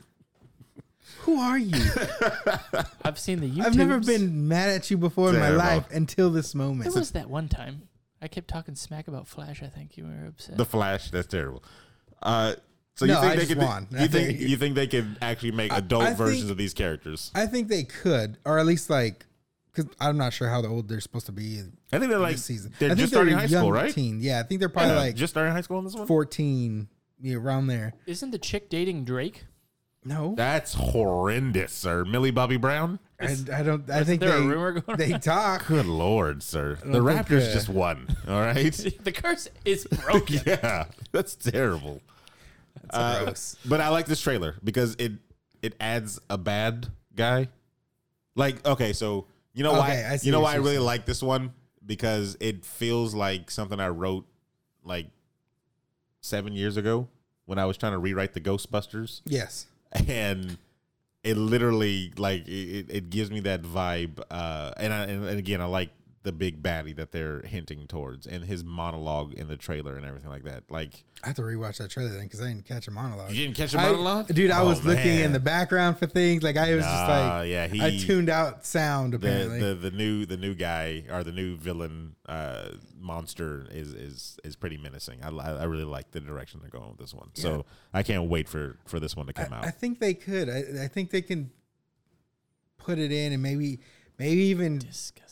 Speaker 4: Who are you? [laughs]
Speaker 3: I've seen the YouTube.
Speaker 4: I've never been mad at you before in my
Speaker 2: Terrible.
Speaker 4: life until this
Speaker 3: There
Speaker 4: moment.
Speaker 3: was that one time. I kept talking smack about Flash. I think you were upset.
Speaker 2: The Flash, that's terrible. Uh so you
Speaker 4: No,
Speaker 2: think
Speaker 4: I
Speaker 2: they
Speaker 4: just
Speaker 2: could
Speaker 4: won.
Speaker 2: you think you think they could actually make adult
Speaker 4: I think-
Speaker 2: versions of these characters?
Speaker 4: I think they could, or at least like, because I'm not sure how old they're supposed to be
Speaker 2: I think they're like
Speaker 4: this season.
Speaker 2: they're
Speaker 4: I think
Speaker 2: just starting
Speaker 4: a
Speaker 2: high school,
Speaker 4: young
Speaker 2: right?
Speaker 4: Teen. Yeah, I think they're probably
Speaker 2: Yeah,
Speaker 4: like
Speaker 2: just starting high school on this one?
Speaker 4: 14, yeah, around there.
Speaker 3: Isn't the chick dating
Speaker 4: [laughs]
Speaker 3: Drake?
Speaker 4: No,
Speaker 2: That's horrendous, sir. Millie Bobby Brown?
Speaker 4: I, I don't. I think
Speaker 3: there a
Speaker 4: they
Speaker 3: rumor going
Speaker 4: they talk.
Speaker 2: Good lord, sir. The
Speaker 4: don't think,
Speaker 2: Raptors
Speaker 4: uh,
Speaker 2: just won. All
Speaker 4: [laughs]
Speaker 2: right.
Speaker 3: the curse is broken.
Speaker 2: [laughs] yeah. That's terrible. Uh,
Speaker 4: gross.
Speaker 2: But I like this trailer because it it adds a bad guy. Like okay, so you know why
Speaker 4: Okay, I see
Speaker 2: you know
Speaker 4: what
Speaker 2: why I
Speaker 4: you're
Speaker 2: really like this one because it feels like something I wrote like seven years ago when I was trying to rewrite the Ghostbusters,
Speaker 4: Yes,
Speaker 2: and it literally like it, it- it gives me that vibe. Uh, and I, and and again, I like the big baddie that they're hinting towards, and his monologue in the trailer and everything like that. Like
Speaker 4: I have to rewatch that trailer then because I didn't catch a monologue.
Speaker 2: Oh, you didn't catch the
Speaker 4: I-
Speaker 2: monologue,
Speaker 4: dude, I
Speaker 2: Oh,
Speaker 4: was looking
Speaker 2: man.
Speaker 4: in the background for things. Like I was just
Speaker 2: Nah,
Speaker 4: like,
Speaker 2: yeah, he
Speaker 4: I tuned out sound apparently.
Speaker 2: the, the the new the new guy or the new villain uh, monster is is is pretty menacing. I, li- I really like the direction they're going with this one, so I can't wait for for this one to come out.
Speaker 4: I think they could. I, I think they can put it in and maybe maybe even
Speaker 3: Disgusting.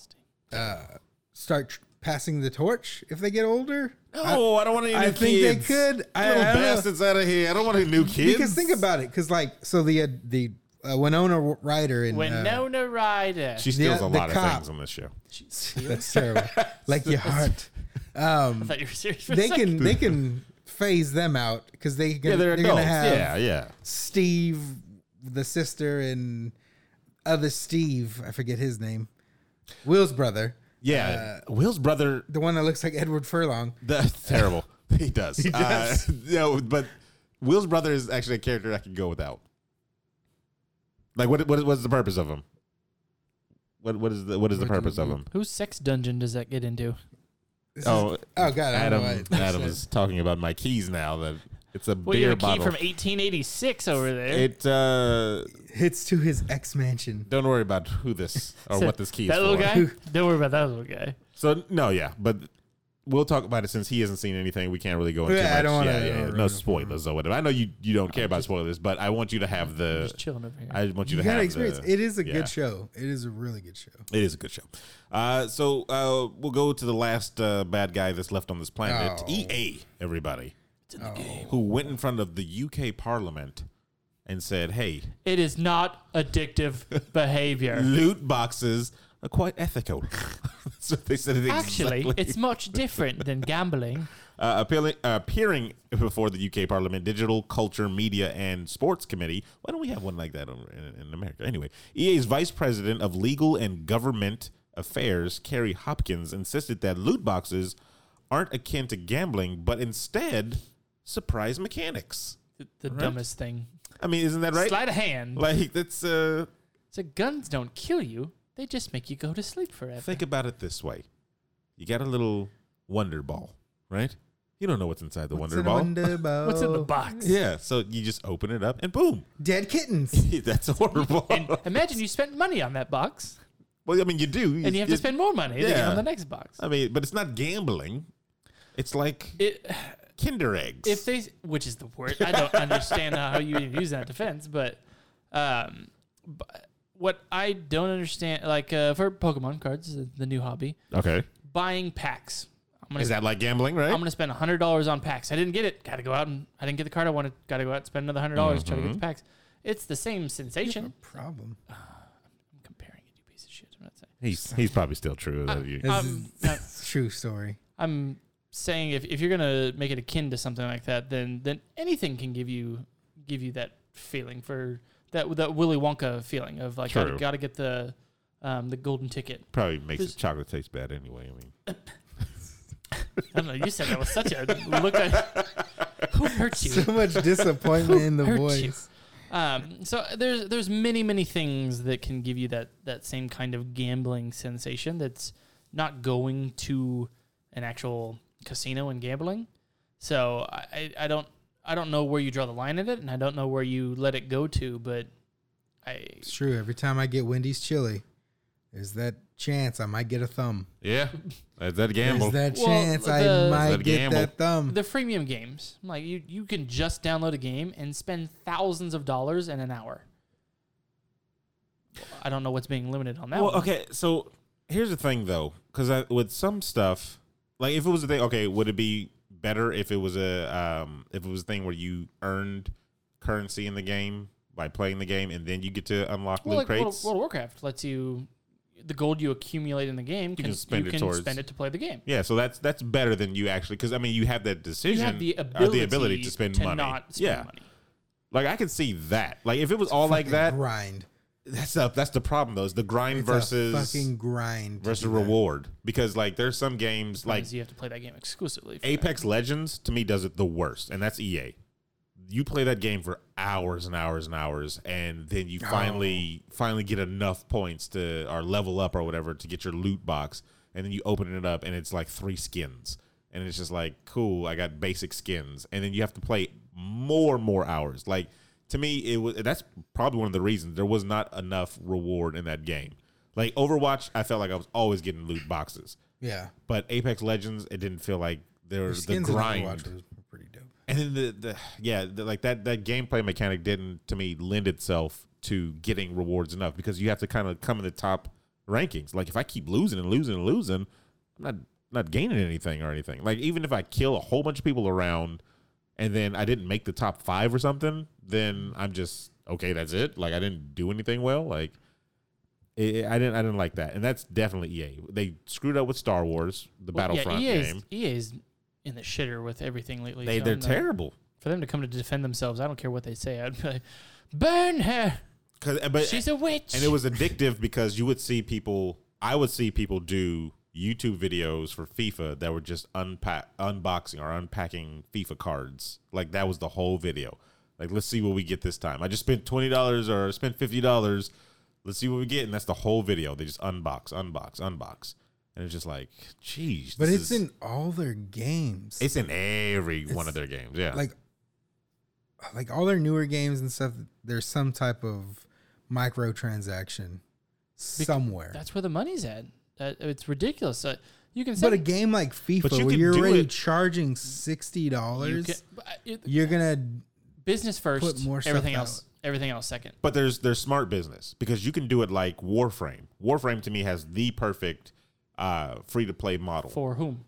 Speaker 4: start tr- passing the torch if they get older.
Speaker 2: oh, I, don't want any new
Speaker 4: I think they
Speaker 2: kids.
Speaker 4: could.
Speaker 2: Little
Speaker 4: I- I don't know.
Speaker 2: bastards out of here. I don't want any new kids.
Speaker 4: Because think about it, because like so the uh, the uh, Winona Ryder and uh,
Speaker 3: Winona Ryder.
Speaker 2: She steals
Speaker 4: the
Speaker 2: a lot of
Speaker 4: cop.
Speaker 2: things on this show.
Speaker 3: [laughs] She's-
Speaker 4: that's terrible. like your heart.
Speaker 3: I thought you were serious. For
Speaker 4: They
Speaker 3: a second.
Speaker 4: can they can phase them out because they
Speaker 2: Yeah,
Speaker 4: gonna,
Speaker 2: they're,
Speaker 4: they're, gonna
Speaker 2: adults.
Speaker 4: have
Speaker 2: yeah, yeah.
Speaker 4: Steve, the sister, and other Steve. I forget his name. Will's brother,
Speaker 2: Yeah.
Speaker 4: uh,
Speaker 2: Will's brother, [laughs]
Speaker 4: the one that looks like Edward Furlong.
Speaker 2: that's terrible. [laughs] He does. He
Speaker 4: does.
Speaker 2: Uh, [laughs] no, but Will's brother is actually a character I could go without. Like, what, what what's the purpose of him? What what is the what is the
Speaker 4: What do you
Speaker 2: purpose of
Speaker 4: mean?
Speaker 2: him?
Speaker 3: Whose sex dungeon does that get into?
Speaker 4: This is-
Speaker 2: Oh,
Speaker 4: oh God, I
Speaker 2: Adam
Speaker 4: don't know why I [laughs]
Speaker 2: Adam
Speaker 4: said-
Speaker 2: is talking about my keys now. That it's a
Speaker 3: Well, you
Speaker 2: beer
Speaker 3: have a key
Speaker 2: bottle.
Speaker 3: from 1886 over there.
Speaker 2: it uh,
Speaker 4: hits to his ex mansion.
Speaker 2: don't worry about who this
Speaker 3: [laughs]
Speaker 2: or what this key is
Speaker 3: that little
Speaker 2: for.
Speaker 3: guy? Don't worry about that little guy.
Speaker 2: So no, yeah, but we'll talk about it since he hasn't seen anything. We can't really go into
Speaker 4: Yeah, I
Speaker 2: much.
Speaker 4: don't wanna-
Speaker 2: yeah, yeah, yeah.
Speaker 4: don't
Speaker 2: no
Speaker 4: really-
Speaker 2: spoilers or whatever. I know you you don't care about spoilers, but I want you to have
Speaker 4: Uh,
Speaker 2: the.
Speaker 3: Just chilling over here.
Speaker 2: I want you,
Speaker 4: You
Speaker 2: to
Speaker 4: gotta
Speaker 2: have
Speaker 4: experience.
Speaker 2: The,
Speaker 4: it is a
Speaker 2: yeah.
Speaker 4: good show. It is a really good show.
Speaker 2: It is a good show. Uh, so uh, we'll go to the last uh, bad guy that's left on this planet.
Speaker 4: Oh.
Speaker 2: EA, everybody, Oh.
Speaker 3: it's in the game.
Speaker 2: who went in front of the UK Parliament and said, "Hey,
Speaker 3: It is not addictive
Speaker 4: [laughs]
Speaker 3: behavior.
Speaker 2: loot boxes are quite ethical." [laughs] That's what they said. it
Speaker 3: Actually,
Speaker 2: exactly.
Speaker 3: it's much different than gambling.
Speaker 2: uh, appealing, uh, appearing before the UK Parliament Digital, Culture, Media, and Sports Committee. Why don't we have one like that over in, in America? Anyway, EA's Vice President of Legal and Government Affairs, Kerry Hopkins, insisted that loot boxes aren't akin to gambling, but instead surprise mechanics.
Speaker 3: The, the dumbest thing.
Speaker 2: I mean, isn't that right?
Speaker 3: Slide a hand.
Speaker 2: Like that's uh,
Speaker 3: So guns don't kill you. They just make you go to sleep forever.
Speaker 2: think about it this way: you got a little wonder ball, right? You don't know what's inside the
Speaker 4: What's
Speaker 2: wonder
Speaker 4: in a
Speaker 2: ball.
Speaker 4: Wonder
Speaker 3: [laughs]
Speaker 4: Ball?
Speaker 3: What's in the box?
Speaker 2: yeah, so you just open it up and boom,
Speaker 4: Dead kittens.
Speaker 2: [laughs] That's horrible.
Speaker 3: [laughs] And imagine you spent money on that box,
Speaker 2: well, I mean, you do,
Speaker 3: and you have
Speaker 2: it-
Speaker 3: to spend more money to get
Speaker 2: yeah.
Speaker 3: on the next box.
Speaker 2: I mean, but it's not gambling. It's like
Speaker 3: It,
Speaker 2: Kinder eggs.
Speaker 3: if they, which is the word, I don't understand how you even use that defense. But, um, but what I don't understand, like uh, for Pokemon cards, the- the new hobby,
Speaker 2: okay,
Speaker 3: buying packs. I'm gonna,
Speaker 2: is that like gambling, right?
Speaker 3: I'm gonna spend hundred dollars on packs. I didn't get it. Gotta go out and I didn't get the card I wanted. Gotta go out and spend another hundred dollars to try
Speaker 4: Mm-hmm.
Speaker 3: to get the packs. It's the same sensation.
Speaker 4: Problem.
Speaker 3: I'm comparing it, you piece of shit. I'm not saying.
Speaker 2: he's he's probably still true. that you-
Speaker 4: This
Speaker 3: Um,
Speaker 4: is it's a
Speaker 3: [laughs]
Speaker 4: true story.
Speaker 3: I'm saying if, if you're gonna make it akin to something like that, then then anything can give you give you that feeling for that that Willy Wonka feeling of like
Speaker 2: True.
Speaker 3: gotta, gotta get the um, the golden ticket.
Speaker 2: probably makes
Speaker 3: this-
Speaker 2: the chocolate taste bad anyway. I mean,
Speaker 3: I don't know. You said that was such a look. At, who hurt you?
Speaker 4: [laughs] So much disappointment in the
Speaker 3: Hurt you.
Speaker 4: voice.
Speaker 3: Um, so there's there's many many things that can give you that that same kind of gambling sensation. That's not going to an actual casino and gambling. So I, I I don't I don't know where you draw the line at it, and I don't know where you let it go to. But I
Speaker 4: It's true. Every time I get Wendy's chili, there's that chance I might get a thumb.
Speaker 3: [laughs]
Speaker 2: yeah, that's that gamble.
Speaker 4: There's that
Speaker 3: Well,
Speaker 4: chance
Speaker 3: the-
Speaker 4: I might
Speaker 2: That
Speaker 4: get
Speaker 2: gamble.
Speaker 4: that thumb.
Speaker 3: the freemium games like you you can just download a game and spend thousands of dollars in an hour. I don't know what's being limited on that.
Speaker 2: Well,
Speaker 3: one.
Speaker 2: okay. So here's the thing, though, because with some stuff, like if it was a thing, okay, would it be better if it was a um if it was a thing where you earned currency in the game by playing the game and then you get to unlock
Speaker 3: Well,
Speaker 2: loot
Speaker 3: like World,
Speaker 2: crates?
Speaker 3: World of Warcraft lets you the gold you accumulate in the game can, you
Speaker 2: can spend it
Speaker 3: can
Speaker 2: towards-
Speaker 3: spend it to play the game.
Speaker 2: yeah, so that's that's better than you actually because I mean you have that
Speaker 3: You
Speaker 2: decision
Speaker 3: have the
Speaker 2: or
Speaker 3: ability,
Speaker 2: uh, the ability to spend money.
Speaker 3: Not spend
Speaker 2: yeah,
Speaker 3: money.
Speaker 2: like I could see that. Like if it was all like
Speaker 4: Fucking
Speaker 2: that,
Speaker 4: Grind.
Speaker 2: that's the that's the problem though. Is the grind
Speaker 4: It's
Speaker 2: versus
Speaker 4: a fucking grind. to
Speaker 2: versus
Speaker 4: do that.
Speaker 2: reward because like there's some games like
Speaker 3: Because you have to play that game exclusively. for
Speaker 2: Apex Legends to me does it the worst, and that's EA. You play that game for hours and hours and hours, and then you finally finally get enough points to or level up or whatever to get your loot box, and then you open it up and it's like three skins and it's just like cool i got basic skins and then you have to play more and more hours like to me it was that's probably one of the reasons there was not enough reward in that game like overwatch i felt like i was always getting loot boxes
Speaker 4: Yeah.
Speaker 2: but apex legends it didn't feel like there
Speaker 4: Your
Speaker 2: was the
Speaker 4: skins in
Speaker 2: grind
Speaker 4: Overwatch were pretty dope.
Speaker 2: and then the, the yeah, the, like that that gameplay mechanic didn't to me lend itself to getting rewards enough because you have to kind of come in the top rankings. Like if I keep losing and losing and losing, I'm not not gaining anything or anything. Like even if I kill a whole bunch of people around and then I didn't make the top 5 or something, then I'm just okay, that's it. Like I didn't do anything well. Like it, I didn't I didn't like that. And that's definitely EA. They screwed up with Star Wars, the
Speaker 3: Well,
Speaker 2: Battlefront
Speaker 3: yeah, E EA's,
Speaker 2: game.
Speaker 3: EA's in the shitter with everything lately.
Speaker 2: They
Speaker 3: so
Speaker 2: they're
Speaker 3: I'm not-
Speaker 2: terrible.
Speaker 3: For them to come to defend themselves, I don't care what they say. I'd be like, burn her.
Speaker 2: 'Cause- but
Speaker 3: She's a witch.
Speaker 2: and it was addictive because you would see people i would see people do youtube videos for fifa that were just unpack unboxing or unpacking fifa cards like that was the whole video like let's see what we get this time i just spent $20 or spent $50 let's see what we get and that's the whole video they just unbox unbox unbox and it's just like geez
Speaker 4: But
Speaker 2: this
Speaker 4: it's
Speaker 2: is-
Speaker 4: in all their games.
Speaker 2: it's in every one of
Speaker 4: It's
Speaker 2: their games yeah
Speaker 4: like like all their newer games and stuff there's some type of microtransaction somewhere
Speaker 3: That's where the money's at. That, it's ridiculous. Uh, you can
Speaker 4: but
Speaker 3: send
Speaker 4: a game like fifa
Speaker 2: you
Speaker 4: where
Speaker 2: can
Speaker 4: you're
Speaker 2: do
Speaker 4: already
Speaker 2: it-
Speaker 4: charging
Speaker 3: you
Speaker 4: $60
Speaker 3: can- but, uh, it-
Speaker 4: you are gonna
Speaker 3: business first.
Speaker 4: put more stuff
Speaker 3: everything
Speaker 4: out.
Speaker 3: else. Everything else second.
Speaker 2: But there's there's smart business because you can do it like Warframe. Warframe to me has the perfect uh, free to play model for,
Speaker 3: For whom?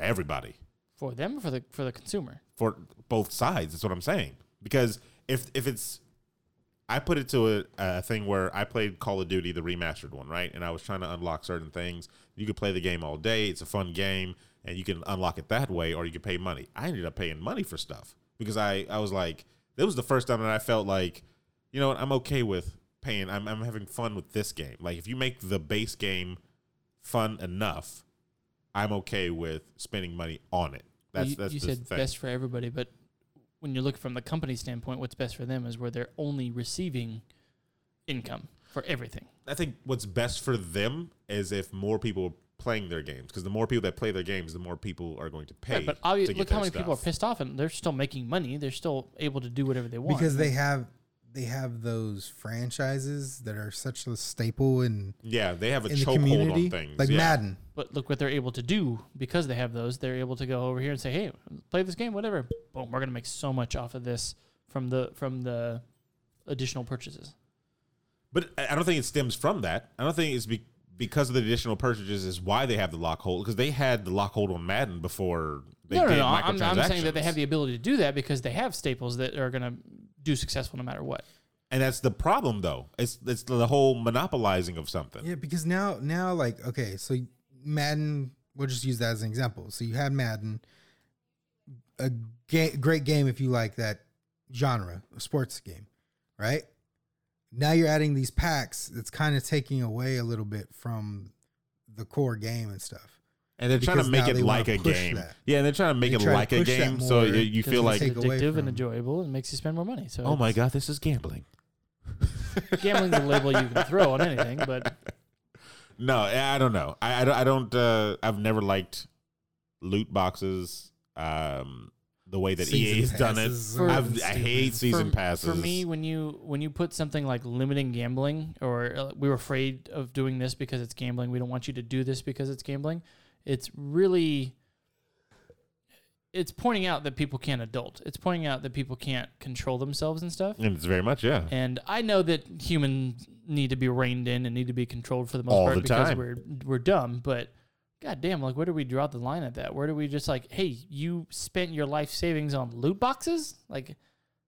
Speaker 2: everybody
Speaker 3: For them or for the for the consumer?
Speaker 2: for both sides. That's what I'm saying because if if it's I put it to a, a thing where I played Call of Duty the remastered one right, and I was trying to unlock certain things. You could play the game all day. It's a fun game, and you can unlock it that way, or you can pay money. I ended up paying money for stuff because I I was like that was the first time that I felt like you know what, I'm okay with paying. I'm, I'm having fun with this game. Like, if you make the base game fun enough, I'm okay with spending money on it.
Speaker 3: Well,
Speaker 2: That's
Speaker 3: you
Speaker 2: that's
Speaker 3: you
Speaker 2: the
Speaker 3: said
Speaker 2: thing.
Speaker 3: best for everybody, but when you look from the company standpoint, what's best for them is where they're only receiving income for everything.
Speaker 2: I think what's best for them is if more people are playing their games because the more people that play their games, the more people are going to pay.
Speaker 3: Right, but
Speaker 2: to
Speaker 3: obviously,
Speaker 2: get
Speaker 3: look how
Speaker 2: their
Speaker 3: many people are
Speaker 2: stuff.
Speaker 3: pissed off, and they're still making money. They're still able to do whatever they want
Speaker 4: because they have they have those franchises that are such a staple in
Speaker 2: Yeah, they have a
Speaker 4: in the
Speaker 2: chokehold on
Speaker 4: community
Speaker 2: things.
Speaker 4: like
Speaker 2: yeah.
Speaker 4: madden
Speaker 3: But look what they're able to do because they have those. They're able to go over here and say, "Hey, play this game, whatever." Boom, we're gonna make so much off of this from the from the additional purchases.
Speaker 2: But I I don't think it stems from that. I don't think it's be- because of the additional purchases is why they have the lock hold because they had the lock hold on Madden before they
Speaker 3: no, no,
Speaker 2: did
Speaker 3: no. I'm, I'm saying that they
Speaker 2: microtransactions.
Speaker 3: have the ability to do that because they have staples that are gonna do successful no matter what.
Speaker 2: and that's the problem though. It's it's the whole monopolizing of something.
Speaker 4: Yeah, because now now like okay, so Madden, we'll just use that as an example. So you had Madden, a ga- great game if you like that genre, a sports game, right? Now you're adding these packs. It's kind of taking away a little bit from the core game and stuff.
Speaker 2: And they're trying to
Speaker 4: Because
Speaker 2: make
Speaker 4: now
Speaker 2: it
Speaker 4: they wanna
Speaker 2: like a
Speaker 4: push
Speaker 2: game.
Speaker 4: that.
Speaker 2: Yeah, and they're trying to make
Speaker 4: They
Speaker 2: it
Speaker 4: try to
Speaker 2: like a
Speaker 4: push that
Speaker 2: game so
Speaker 4: more
Speaker 2: you, you
Speaker 3: Because
Speaker 2: feel like
Speaker 4: take
Speaker 3: it's
Speaker 4: away
Speaker 3: addictive and
Speaker 4: from-
Speaker 3: enjoyable and makes you spend more money. So
Speaker 2: oh my god, this is gambling.
Speaker 3: it's- [laughs] gambling's a label you can throw on anything,
Speaker 2: [laughs]
Speaker 3: but
Speaker 2: No, I I don't know. I I don't. I don't uh, I've never liked loot boxes. Um, the way that
Speaker 4: Season
Speaker 2: EA has done it.
Speaker 4: passes
Speaker 3: For-
Speaker 4: are
Speaker 2: I've, I
Speaker 4: stupid.
Speaker 2: hate season
Speaker 3: for,
Speaker 2: passes.
Speaker 3: For me, when you when you put something like limiting gambling, or uh, we were afraid of doing this because it's gambling, we don't want you to do this because it's gambling. It's really it's pointing out that people can't adult. It's pointing out that people can't control themselves and stuff.
Speaker 2: and it's very much yeah.
Speaker 3: And I know that humans need to be reined in and need to be controlled for the most
Speaker 2: All
Speaker 3: part
Speaker 2: the
Speaker 3: because
Speaker 2: time.
Speaker 3: we're we're dumb, but goddamn, like where do we draw the line at that? Where do we just like, hey, you spent your life savings on loot boxes? Like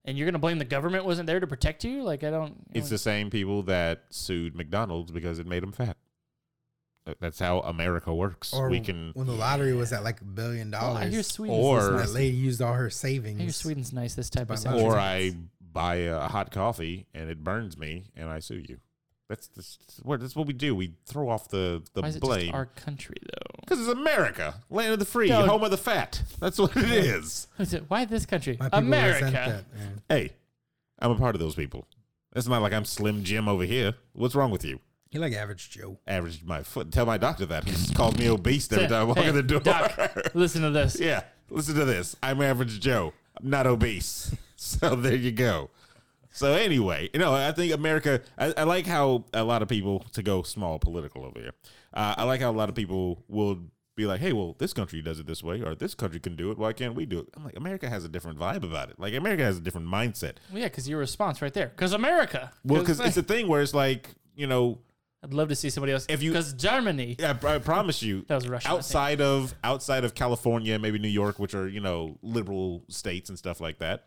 Speaker 3: and you're gonna blame the government wasn't there to protect you? Like I don't I
Speaker 2: It's
Speaker 3: don't-
Speaker 2: the same people that sued McDonald's because it made them fat. Uh, That's how America works.
Speaker 4: Or
Speaker 2: we can.
Speaker 4: when the lottery was at like a billion
Speaker 3: Well, oh, I hear
Speaker 4: dollars,
Speaker 3: Sweden's
Speaker 2: or-
Speaker 3: this
Speaker 4: that
Speaker 3: nice.
Speaker 4: lady used all her
Speaker 3: I hear
Speaker 4: savings.
Speaker 3: Sweden's nice this type
Speaker 4: buy
Speaker 3: of
Speaker 4: lunch.
Speaker 3: century.
Speaker 2: Or I buy a hot coffee and it burns me and I sue you. That's that's, what- that's what we do. We throw off the the
Speaker 3: Why is it just
Speaker 2: blame
Speaker 3: our country though?
Speaker 2: because it's America, land of the free,
Speaker 3: No.
Speaker 2: home of the fat. That's what it is.
Speaker 3: Is it- Why this country?
Speaker 4: My people resent
Speaker 3: America.
Speaker 4: that, man.
Speaker 2: Hey, I'm a part of those people. It's not like I'm Slim Jim over here. What's wrong with you?
Speaker 4: You're like average Joe.
Speaker 2: Average my foot. Tell my doctor that. He just calls me obese every time I walk
Speaker 3: [laughs] Hey,
Speaker 2: in the door. [laughs]
Speaker 3: Doc, listen to [laughs] this.
Speaker 2: yeah. Listen to this. I'm average Joe. I'm not obese. [laughs] so there you go. So anyway, you know, I think America. I, I like how a lot of people to go small political over here. Uh, I like how a lot of people will be like, "Hey, well, this country does it this way, or this country can do it. Why can't we do it?" I'm like, America has a different vibe about it. Like America has a different mindset.
Speaker 3: Well, yeah, because your response right there. Because America.
Speaker 2: Well, because it's a thing where it's like, you know,
Speaker 3: I'd love to see somebody else.
Speaker 2: If you-
Speaker 3: because Germany.
Speaker 2: I, I promise you,
Speaker 3: That was Russian, I think.
Speaker 2: outside of outside of California, maybe New York, which are you know liberal states and stuff like that.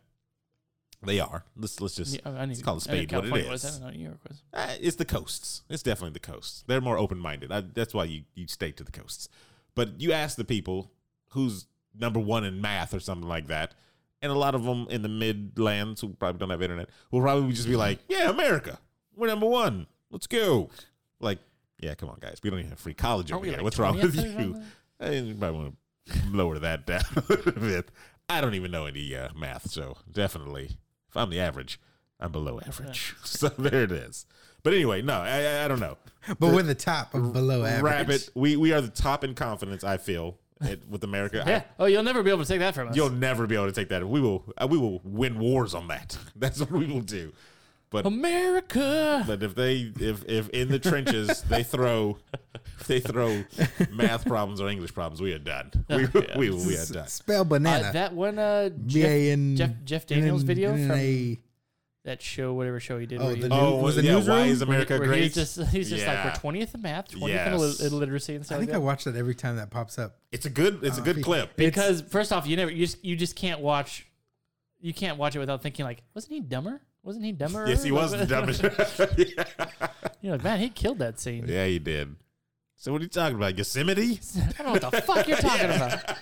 Speaker 2: They are. Let's let's just
Speaker 3: Yeah, I need,
Speaker 2: let's call a
Speaker 3: I knew
Speaker 2: spade what it
Speaker 3: California was. I
Speaker 2: is.
Speaker 3: don't know what New York was.
Speaker 2: Uh, it's the coasts. It's definitely the coasts. They're more open minded. That's why you you stay to the coasts. But you ask the people who's number one in math or something like that, and a lot of them in the midlands who probably don't have internet will probably just be like, "Yeah, America, we're number one. Let's go." Like, yeah, come on, guys, we don't even have free college
Speaker 3: Aren't
Speaker 2: over
Speaker 3: we,
Speaker 2: here.
Speaker 3: like,
Speaker 2: What's wrong
Speaker 3: 20th
Speaker 2: with
Speaker 3: or
Speaker 2: you?
Speaker 3: something?
Speaker 2: I mean, Eh, you probably want to lower that [laughs] down a little bit. I don't even know any uh, math, so definitely, if I'm the average, I'm below average. [laughs] So there it is. But anyway, no, I, I- I don't know.
Speaker 4: But we're the top of below average.
Speaker 2: Rabbit, we we are the top in confidence. I feel it, with America. I-
Speaker 3: Yeah. Oh, you'll never be able to take that from us.
Speaker 2: you'll never be able to take that. We will uh, we will win wars on that. [laughs] That's what we will do. But
Speaker 3: America.
Speaker 2: but if they if if in the trenches they throw if they throw math problems or English problems, we are done. We we, we, are
Speaker 4: S-
Speaker 2: done.
Speaker 4: Spell
Speaker 3: Uh,
Speaker 4: banana.
Speaker 3: that one, uh,
Speaker 4: B
Speaker 3: Jeff,
Speaker 4: A N.
Speaker 3: Jeff, Jeff Daniels
Speaker 4: N-
Speaker 3: video
Speaker 4: N-
Speaker 3: from
Speaker 4: A-
Speaker 3: that show, whatever show he did.
Speaker 4: Oh,
Speaker 3: where he-
Speaker 4: the new-
Speaker 2: Oh,
Speaker 4: was it
Speaker 2: yeah. Why
Speaker 4: Newsroom?
Speaker 2: is America
Speaker 3: where
Speaker 2: great?
Speaker 3: He's just, [laughs] he's just
Speaker 2: Yeah.
Speaker 3: like, we're 20th in math, 20th in
Speaker 2: Yes.
Speaker 3: illi- illiteracy and stuff
Speaker 4: I
Speaker 3: like
Speaker 4: think I
Speaker 3: that.
Speaker 4: watch that every time that pops up.
Speaker 2: It's a good it's a
Speaker 4: Uh,
Speaker 2: good clip.
Speaker 3: [laughs] because first off, you never you just you just can't watch you can't watch it without thinking like, wasn't he dumber? Wasn't he dumber?
Speaker 2: Yes, he was
Speaker 3: [laughs]
Speaker 2: the dumbest. yeah.
Speaker 3: You're like, man, he killed that scene.
Speaker 2: [laughs] yeah, he did. So what are you talking about? Yosemite?
Speaker 3: [laughs] I don't know what the fuck
Speaker 2: [laughs]
Speaker 3: you're talking about.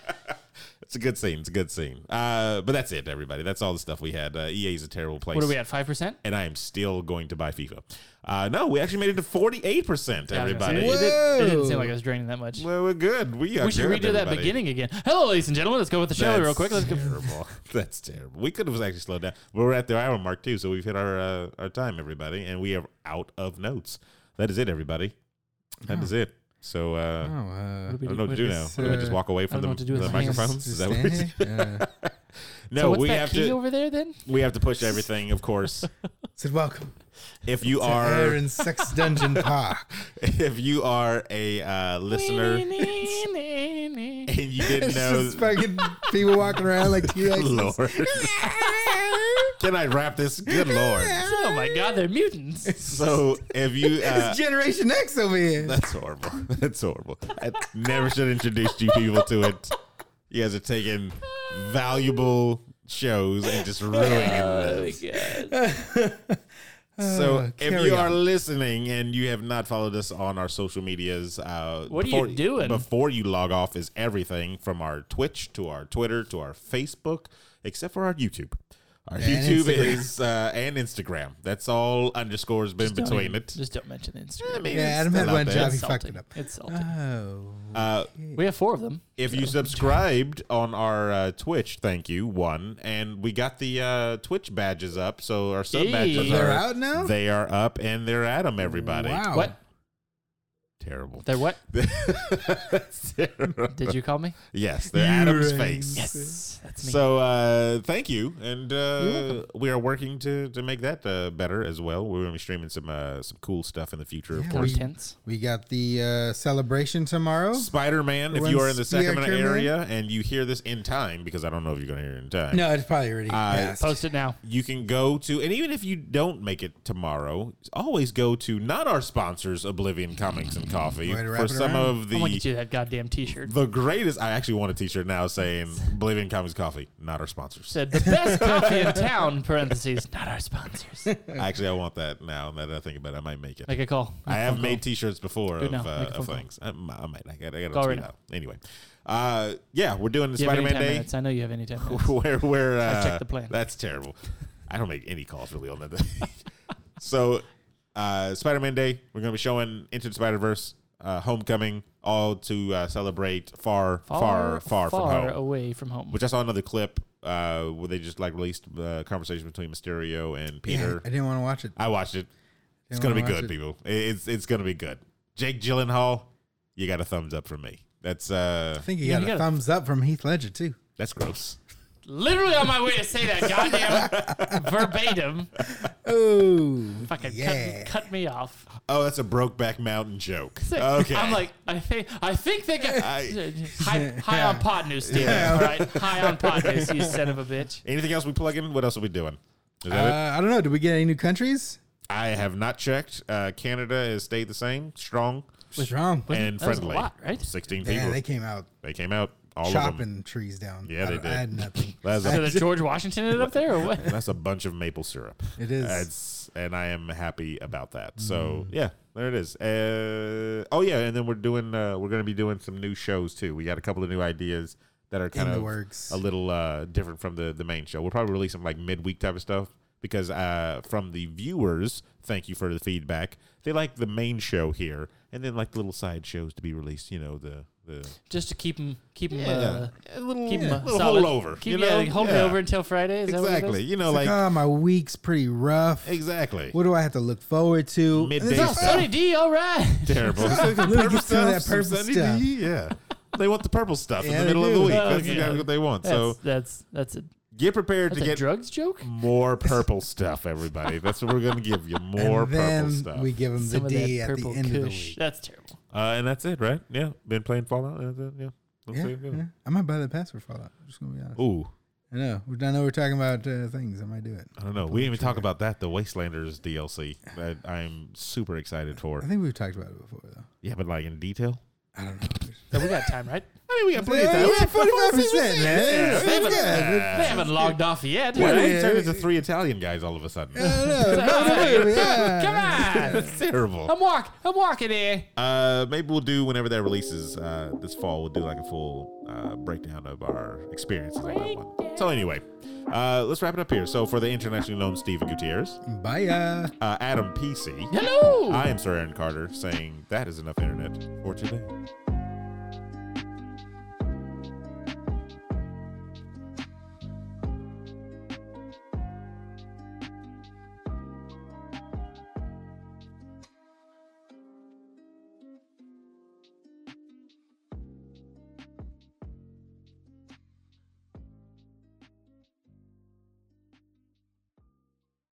Speaker 2: It's a good scene. It's a good scene. Uh, but that's it, everybody. That's all the stuff we had. Uh, EA is a terrible place.
Speaker 3: What are we at? Five percent?
Speaker 2: And I am still going to buy FIFA. Uh, no, we actually made it to forty-eight percent, everybody.
Speaker 3: It,
Speaker 4: What?
Speaker 3: did, not
Speaker 4: Whoa.
Speaker 3: seem like I was draining that much.
Speaker 2: Well, we're good. We are.
Speaker 3: we should
Speaker 2: good,
Speaker 3: redo that
Speaker 2: everybody.
Speaker 3: beginning again. Hello, ladies and gentlemen. Let's go with the show
Speaker 2: That's
Speaker 3: real quick. Let's go.
Speaker 2: terrible. [laughs] That's terrible. We could have actually slowed down. But we're at the hour mark too, so we've hit our uh, our time, everybody, and we are out of notes. That is it, everybody. That is it. So uh,
Speaker 4: Oh, uh,
Speaker 2: I don't know what to do now.
Speaker 4: is,
Speaker 2: Do I just
Speaker 4: uh,
Speaker 2: walk away from
Speaker 3: don't know
Speaker 2: the,
Speaker 3: what to do with
Speaker 2: the
Speaker 3: my hands.
Speaker 2: microphones? Is
Speaker 3: [laughs]
Speaker 4: just
Speaker 2: that what
Speaker 4: stand
Speaker 2: it's-
Speaker 4: here? Yeah. [laughs]
Speaker 2: no,
Speaker 3: so what's
Speaker 2: we
Speaker 3: that
Speaker 2: have
Speaker 3: key
Speaker 2: to
Speaker 3: over
Speaker 2: [laughs]
Speaker 3: there then?
Speaker 2: we have to push everything, of
Speaker 3: [laughs]
Speaker 2: course.
Speaker 4: Said welcome
Speaker 2: if you
Speaker 4: to
Speaker 2: are
Speaker 4: Aaron's Sex Dungeon Park.
Speaker 2: [laughs] if you are a uh, listener [laughs] and you didn't
Speaker 4: It's
Speaker 2: know
Speaker 4: just fucking people walking around like
Speaker 2: Good [laughs]
Speaker 4: T-Rex.
Speaker 2: lord can i wrap this
Speaker 3: [laughs]
Speaker 2: good lord
Speaker 3: oh my god, they're mutants.
Speaker 2: so if you uh,
Speaker 4: [laughs] It's Generation X
Speaker 2: [laughs]
Speaker 4: over here.
Speaker 2: that's horrible that's horrible i never should introduce you people to it you guys are taking valuable shows and just ruining them So
Speaker 4: Uh,
Speaker 2: if
Speaker 4: carry
Speaker 2: you are
Speaker 4: on.
Speaker 2: listening and you have not followed us on our social medias, uh,
Speaker 3: What are you doing?
Speaker 2: Before you log off is everything from our Twitch to our Twitter to our Facebook, except for our YouTube. Our
Speaker 4: And
Speaker 2: YouTube
Speaker 4: Instagram.
Speaker 2: is uh, and Instagram. That's all underscores been
Speaker 3: Don't
Speaker 2: between
Speaker 3: even-
Speaker 2: it.
Speaker 3: Just don't mention the Instagram.
Speaker 2: I mean,
Speaker 4: Yeah,
Speaker 2: it's
Speaker 4: Adam had
Speaker 2: still out
Speaker 4: one
Speaker 2: there.
Speaker 4: job.
Speaker 3: it's
Speaker 4: he fucked
Speaker 3: salty.
Speaker 4: it up.
Speaker 3: It's salty.
Speaker 4: Oh,
Speaker 2: Uh,
Speaker 3: we have four of them.
Speaker 2: if you subscribed on our uh, Twitch, thank you one, and we got the uh, Twitch badges up. So our sub
Speaker 3: Hey.
Speaker 2: badges
Speaker 4: they're
Speaker 2: are
Speaker 4: out now.
Speaker 2: They are up and they're at 'em, everybody.
Speaker 4: Wow.
Speaker 3: What?
Speaker 2: Terrible. [laughs]
Speaker 3: They're what?
Speaker 2: That's terrible.
Speaker 3: Did you call
Speaker 4: [laughs]
Speaker 3: me?
Speaker 2: Yes, they're Adam's
Speaker 4: Urines.
Speaker 2: face.
Speaker 3: Yes, that's me.
Speaker 2: So uh, thank you, and uh, we are working to to make that uh, better as well. We're gonna be streaming some uh, some cool stuff in the future. Of
Speaker 4: Yeah.
Speaker 2: course,
Speaker 4: we-
Speaker 3: Contents.
Speaker 4: We got the uh, celebration tomorrow.
Speaker 2: Spider Man. If
Speaker 4: When
Speaker 2: you are in the
Speaker 4: Spider-Man-
Speaker 2: Sacramento area and you hear this in time, because I don't know if you're gonna hear it in time.
Speaker 4: No, it's probably already passed.
Speaker 3: Post it now.
Speaker 2: You can go to, and even if you don't make it tomorrow, always go to not our sponsors, Oblivion Comics and Coffee,
Speaker 4: Way to wrap
Speaker 2: for
Speaker 4: it
Speaker 2: some
Speaker 4: around.
Speaker 2: of
Speaker 3: I want to get
Speaker 2: the
Speaker 3: you that goddamn
Speaker 4: [laughs]
Speaker 3: T-shirt.
Speaker 2: the greatest. I actually want a T-shirt now saying Oblivion Comics Coffee, not our sponsors.
Speaker 3: Said the best coffee in
Speaker 4: [laughs]
Speaker 3: town. Parentheses. Not our sponsors.
Speaker 2: Actually, I want that now. Now that I think about it, I might make it.
Speaker 3: Make a call.
Speaker 2: I have
Speaker 3: Phone call.
Speaker 2: made T-shirts before
Speaker 3: Do it
Speaker 2: of,
Speaker 3: now.
Speaker 2: uh,
Speaker 3: Make a
Speaker 2: of
Speaker 3: phone call.
Speaker 2: things. I, m- I might. I got. I got
Speaker 3: Call
Speaker 2: to
Speaker 3: right
Speaker 2: tweet
Speaker 3: now.
Speaker 2: out. Anyway, uh, yeah, we're doing the
Speaker 3: Do you have any
Speaker 2: Spider-Man
Speaker 3: time
Speaker 2: Day.
Speaker 3: minutes? I know you have any time
Speaker 2: [laughs]
Speaker 3: minutes.
Speaker 2: where where uh,
Speaker 3: checked the plan.
Speaker 2: That's terrible. I don't make any calls really on that day. [laughs] so, uh, Spider-Man Day. We're gonna be showing Into the Spider-Verse, uh, Homecoming, all to uh, celebrate far, far, far, from home.
Speaker 3: away from home.
Speaker 2: Which I saw another clip uh, where they just like released uh, conversation between Mysterio and
Speaker 4: Yeah,
Speaker 2: Peter.
Speaker 4: I didn't want to watch it.
Speaker 2: I watched it. It's gonna be
Speaker 4: wanna watch
Speaker 2: good,
Speaker 4: it.
Speaker 2: people. I- It's it's gonna be good. Jake Gyllenhaal, you got a thumbs up from me. That's uh,
Speaker 4: I think he
Speaker 3: Yeah,
Speaker 4: got
Speaker 3: you
Speaker 4: a
Speaker 3: gotta-
Speaker 4: thumbs up from Heath Ledger too.
Speaker 2: that's gross.
Speaker 3: Literally on my way to say that
Speaker 2: [laughs]
Speaker 3: goddamn verbatim.
Speaker 4: Oh,
Speaker 3: Fucking
Speaker 4: yeah.
Speaker 3: cut, cut me off.
Speaker 2: Oh, that's a Brokeback Mountain
Speaker 3: [laughs]
Speaker 2: joke.
Speaker 3: Okay.
Speaker 2: Okay,
Speaker 3: I'm like, I think, I think they got
Speaker 2: I-
Speaker 3: [laughs] high, high on pod news, Steven. All right, high on pod news,
Speaker 2: [laughs]
Speaker 3: you son of a bitch.
Speaker 2: Anything else we plug in? What else are we doing? Is that it?
Speaker 4: Uh, I don't know. Did we get any new countries?
Speaker 2: I have not checked. Uh, Canada has stayed the same, strong
Speaker 4: Strong.
Speaker 3: With-
Speaker 2: and
Speaker 3: that was a
Speaker 2: friendly.
Speaker 3: lot, right?
Speaker 2: Sixteen
Speaker 4: Yeah,
Speaker 2: people.
Speaker 4: they
Speaker 2: They,
Speaker 4: came out
Speaker 2: came out all of them.
Speaker 4: chopping trees down.
Speaker 2: Yeah,
Speaker 4: I
Speaker 2: they
Speaker 4: don't-
Speaker 2: did.
Speaker 4: I
Speaker 2: [laughs]
Speaker 4: had nothing.
Speaker 2: That's
Speaker 3: So
Speaker 2: a,
Speaker 3: that George Washington ended up there, or what?
Speaker 2: that's a bunch of maple syrup.
Speaker 4: It is. Mm.
Speaker 2: That's and I am happy about that. So yeah, there it is. Uh, oh yeah, and then we're doing uh, we're gonna be doing some new shows too. We got a couple of new ideas that are kind
Speaker 4: In the
Speaker 2: of
Speaker 4: works.
Speaker 2: a little uh, different from the the main show. We'll probably release some like midweek type of stuff because uh, from the viewers, thank you for the feedback. They like the main show here, and then like little side shows to be released. You know the the
Speaker 3: Just to keep him, keep him, uh,
Speaker 2: a little,
Speaker 3: keep him
Speaker 2: yeah,
Speaker 3: a
Speaker 2: little
Speaker 3: solid.
Speaker 2: holdover.
Speaker 3: Keep,
Speaker 2: you know?
Speaker 3: yeah, hold me
Speaker 2: Yeah.
Speaker 3: over until Friday. Is That what
Speaker 2: Exactly.
Speaker 3: it is?
Speaker 2: You know,
Speaker 4: It's like,
Speaker 2: like
Speaker 4: oh, my week's pretty rough.
Speaker 2: exactly.
Speaker 4: What do I have to look forward to? And it's
Speaker 2: Midday
Speaker 4: all-
Speaker 2: stuff.
Speaker 3: Sunny Oh, D, all right.
Speaker 2: terrible.
Speaker 4: [laughs] Let me get some of that purple
Speaker 2: Sunny
Speaker 4: stuff.
Speaker 2: D, yeah. They want the purple stuff in
Speaker 4: Yeah,
Speaker 2: the
Speaker 4: they
Speaker 2: middle of the
Speaker 4: do.
Speaker 2: week.
Speaker 3: Oh,
Speaker 2: That's
Speaker 3: okay.
Speaker 2: exactly what they want.
Speaker 3: That's,
Speaker 2: So
Speaker 3: that's that's a
Speaker 2: get prepared
Speaker 3: that's
Speaker 2: to
Speaker 3: a
Speaker 2: get
Speaker 3: drugs joke.
Speaker 2: more purple stuff, everybody. That's what we're going to give you
Speaker 4: [laughs] and
Speaker 2: more
Speaker 4: then
Speaker 2: purple stuff.
Speaker 4: we give them the
Speaker 3: Some of
Speaker 4: D
Speaker 3: that
Speaker 4: at the
Speaker 3: purple
Speaker 4: end of the
Speaker 3: kush.
Speaker 4: week.
Speaker 3: That's terrible.
Speaker 2: uh, and that's it, right? Yeah. Been playing Fallout. and That's it. Yeah. That's
Speaker 4: Yeah,
Speaker 2: it, yeah.
Speaker 4: yeah. I might buy the password for that. I'm just gonna be honest.
Speaker 2: Ooh,
Speaker 4: I know. I know we're talking about uh, things. I might do it.
Speaker 2: I don't know. We didn't even talk about that. The Wastelanders DLC that I'm super excited
Speaker 4: I
Speaker 2: for.
Speaker 4: think we've talked about it before, though.
Speaker 2: Yeah, but like in detail.
Speaker 4: I don't know.
Speaker 3: So we got time, [laughs] right?
Speaker 2: I mean, we got plenty of
Speaker 4: Yeah,
Speaker 2: time.
Speaker 4: yeah,
Speaker 2: We got
Speaker 4: 45%, man.
Speaker 2: Yeah.
Speaker 4: It's good.
Speaker 3: They haven't logged off yet.
Speaker 2: Why
Speaker 3: right?
Speaker 2: did we turn into three Italian guys all of a sudden?
Speaker 3: Come on.
Speaker 2: That's [laughs] terrible.
Speaker 3: I'm walk. I'm walking here.
Speaker 2: Uh, maybe we'll do whenever that releases uh, this fall. We'll do like a full uh, breakdown of our experiences on that one. So anyway, uh, let's wrap it up here. So for the internationally known Steven Gutierrez,
Speaker 4: Bye. ya.
Speaker 2: uh, Adam PC,
Speaker 3: Hello.
Speaker 2: Ah, I am Sir Aaron Carter saying that is enough internet for today.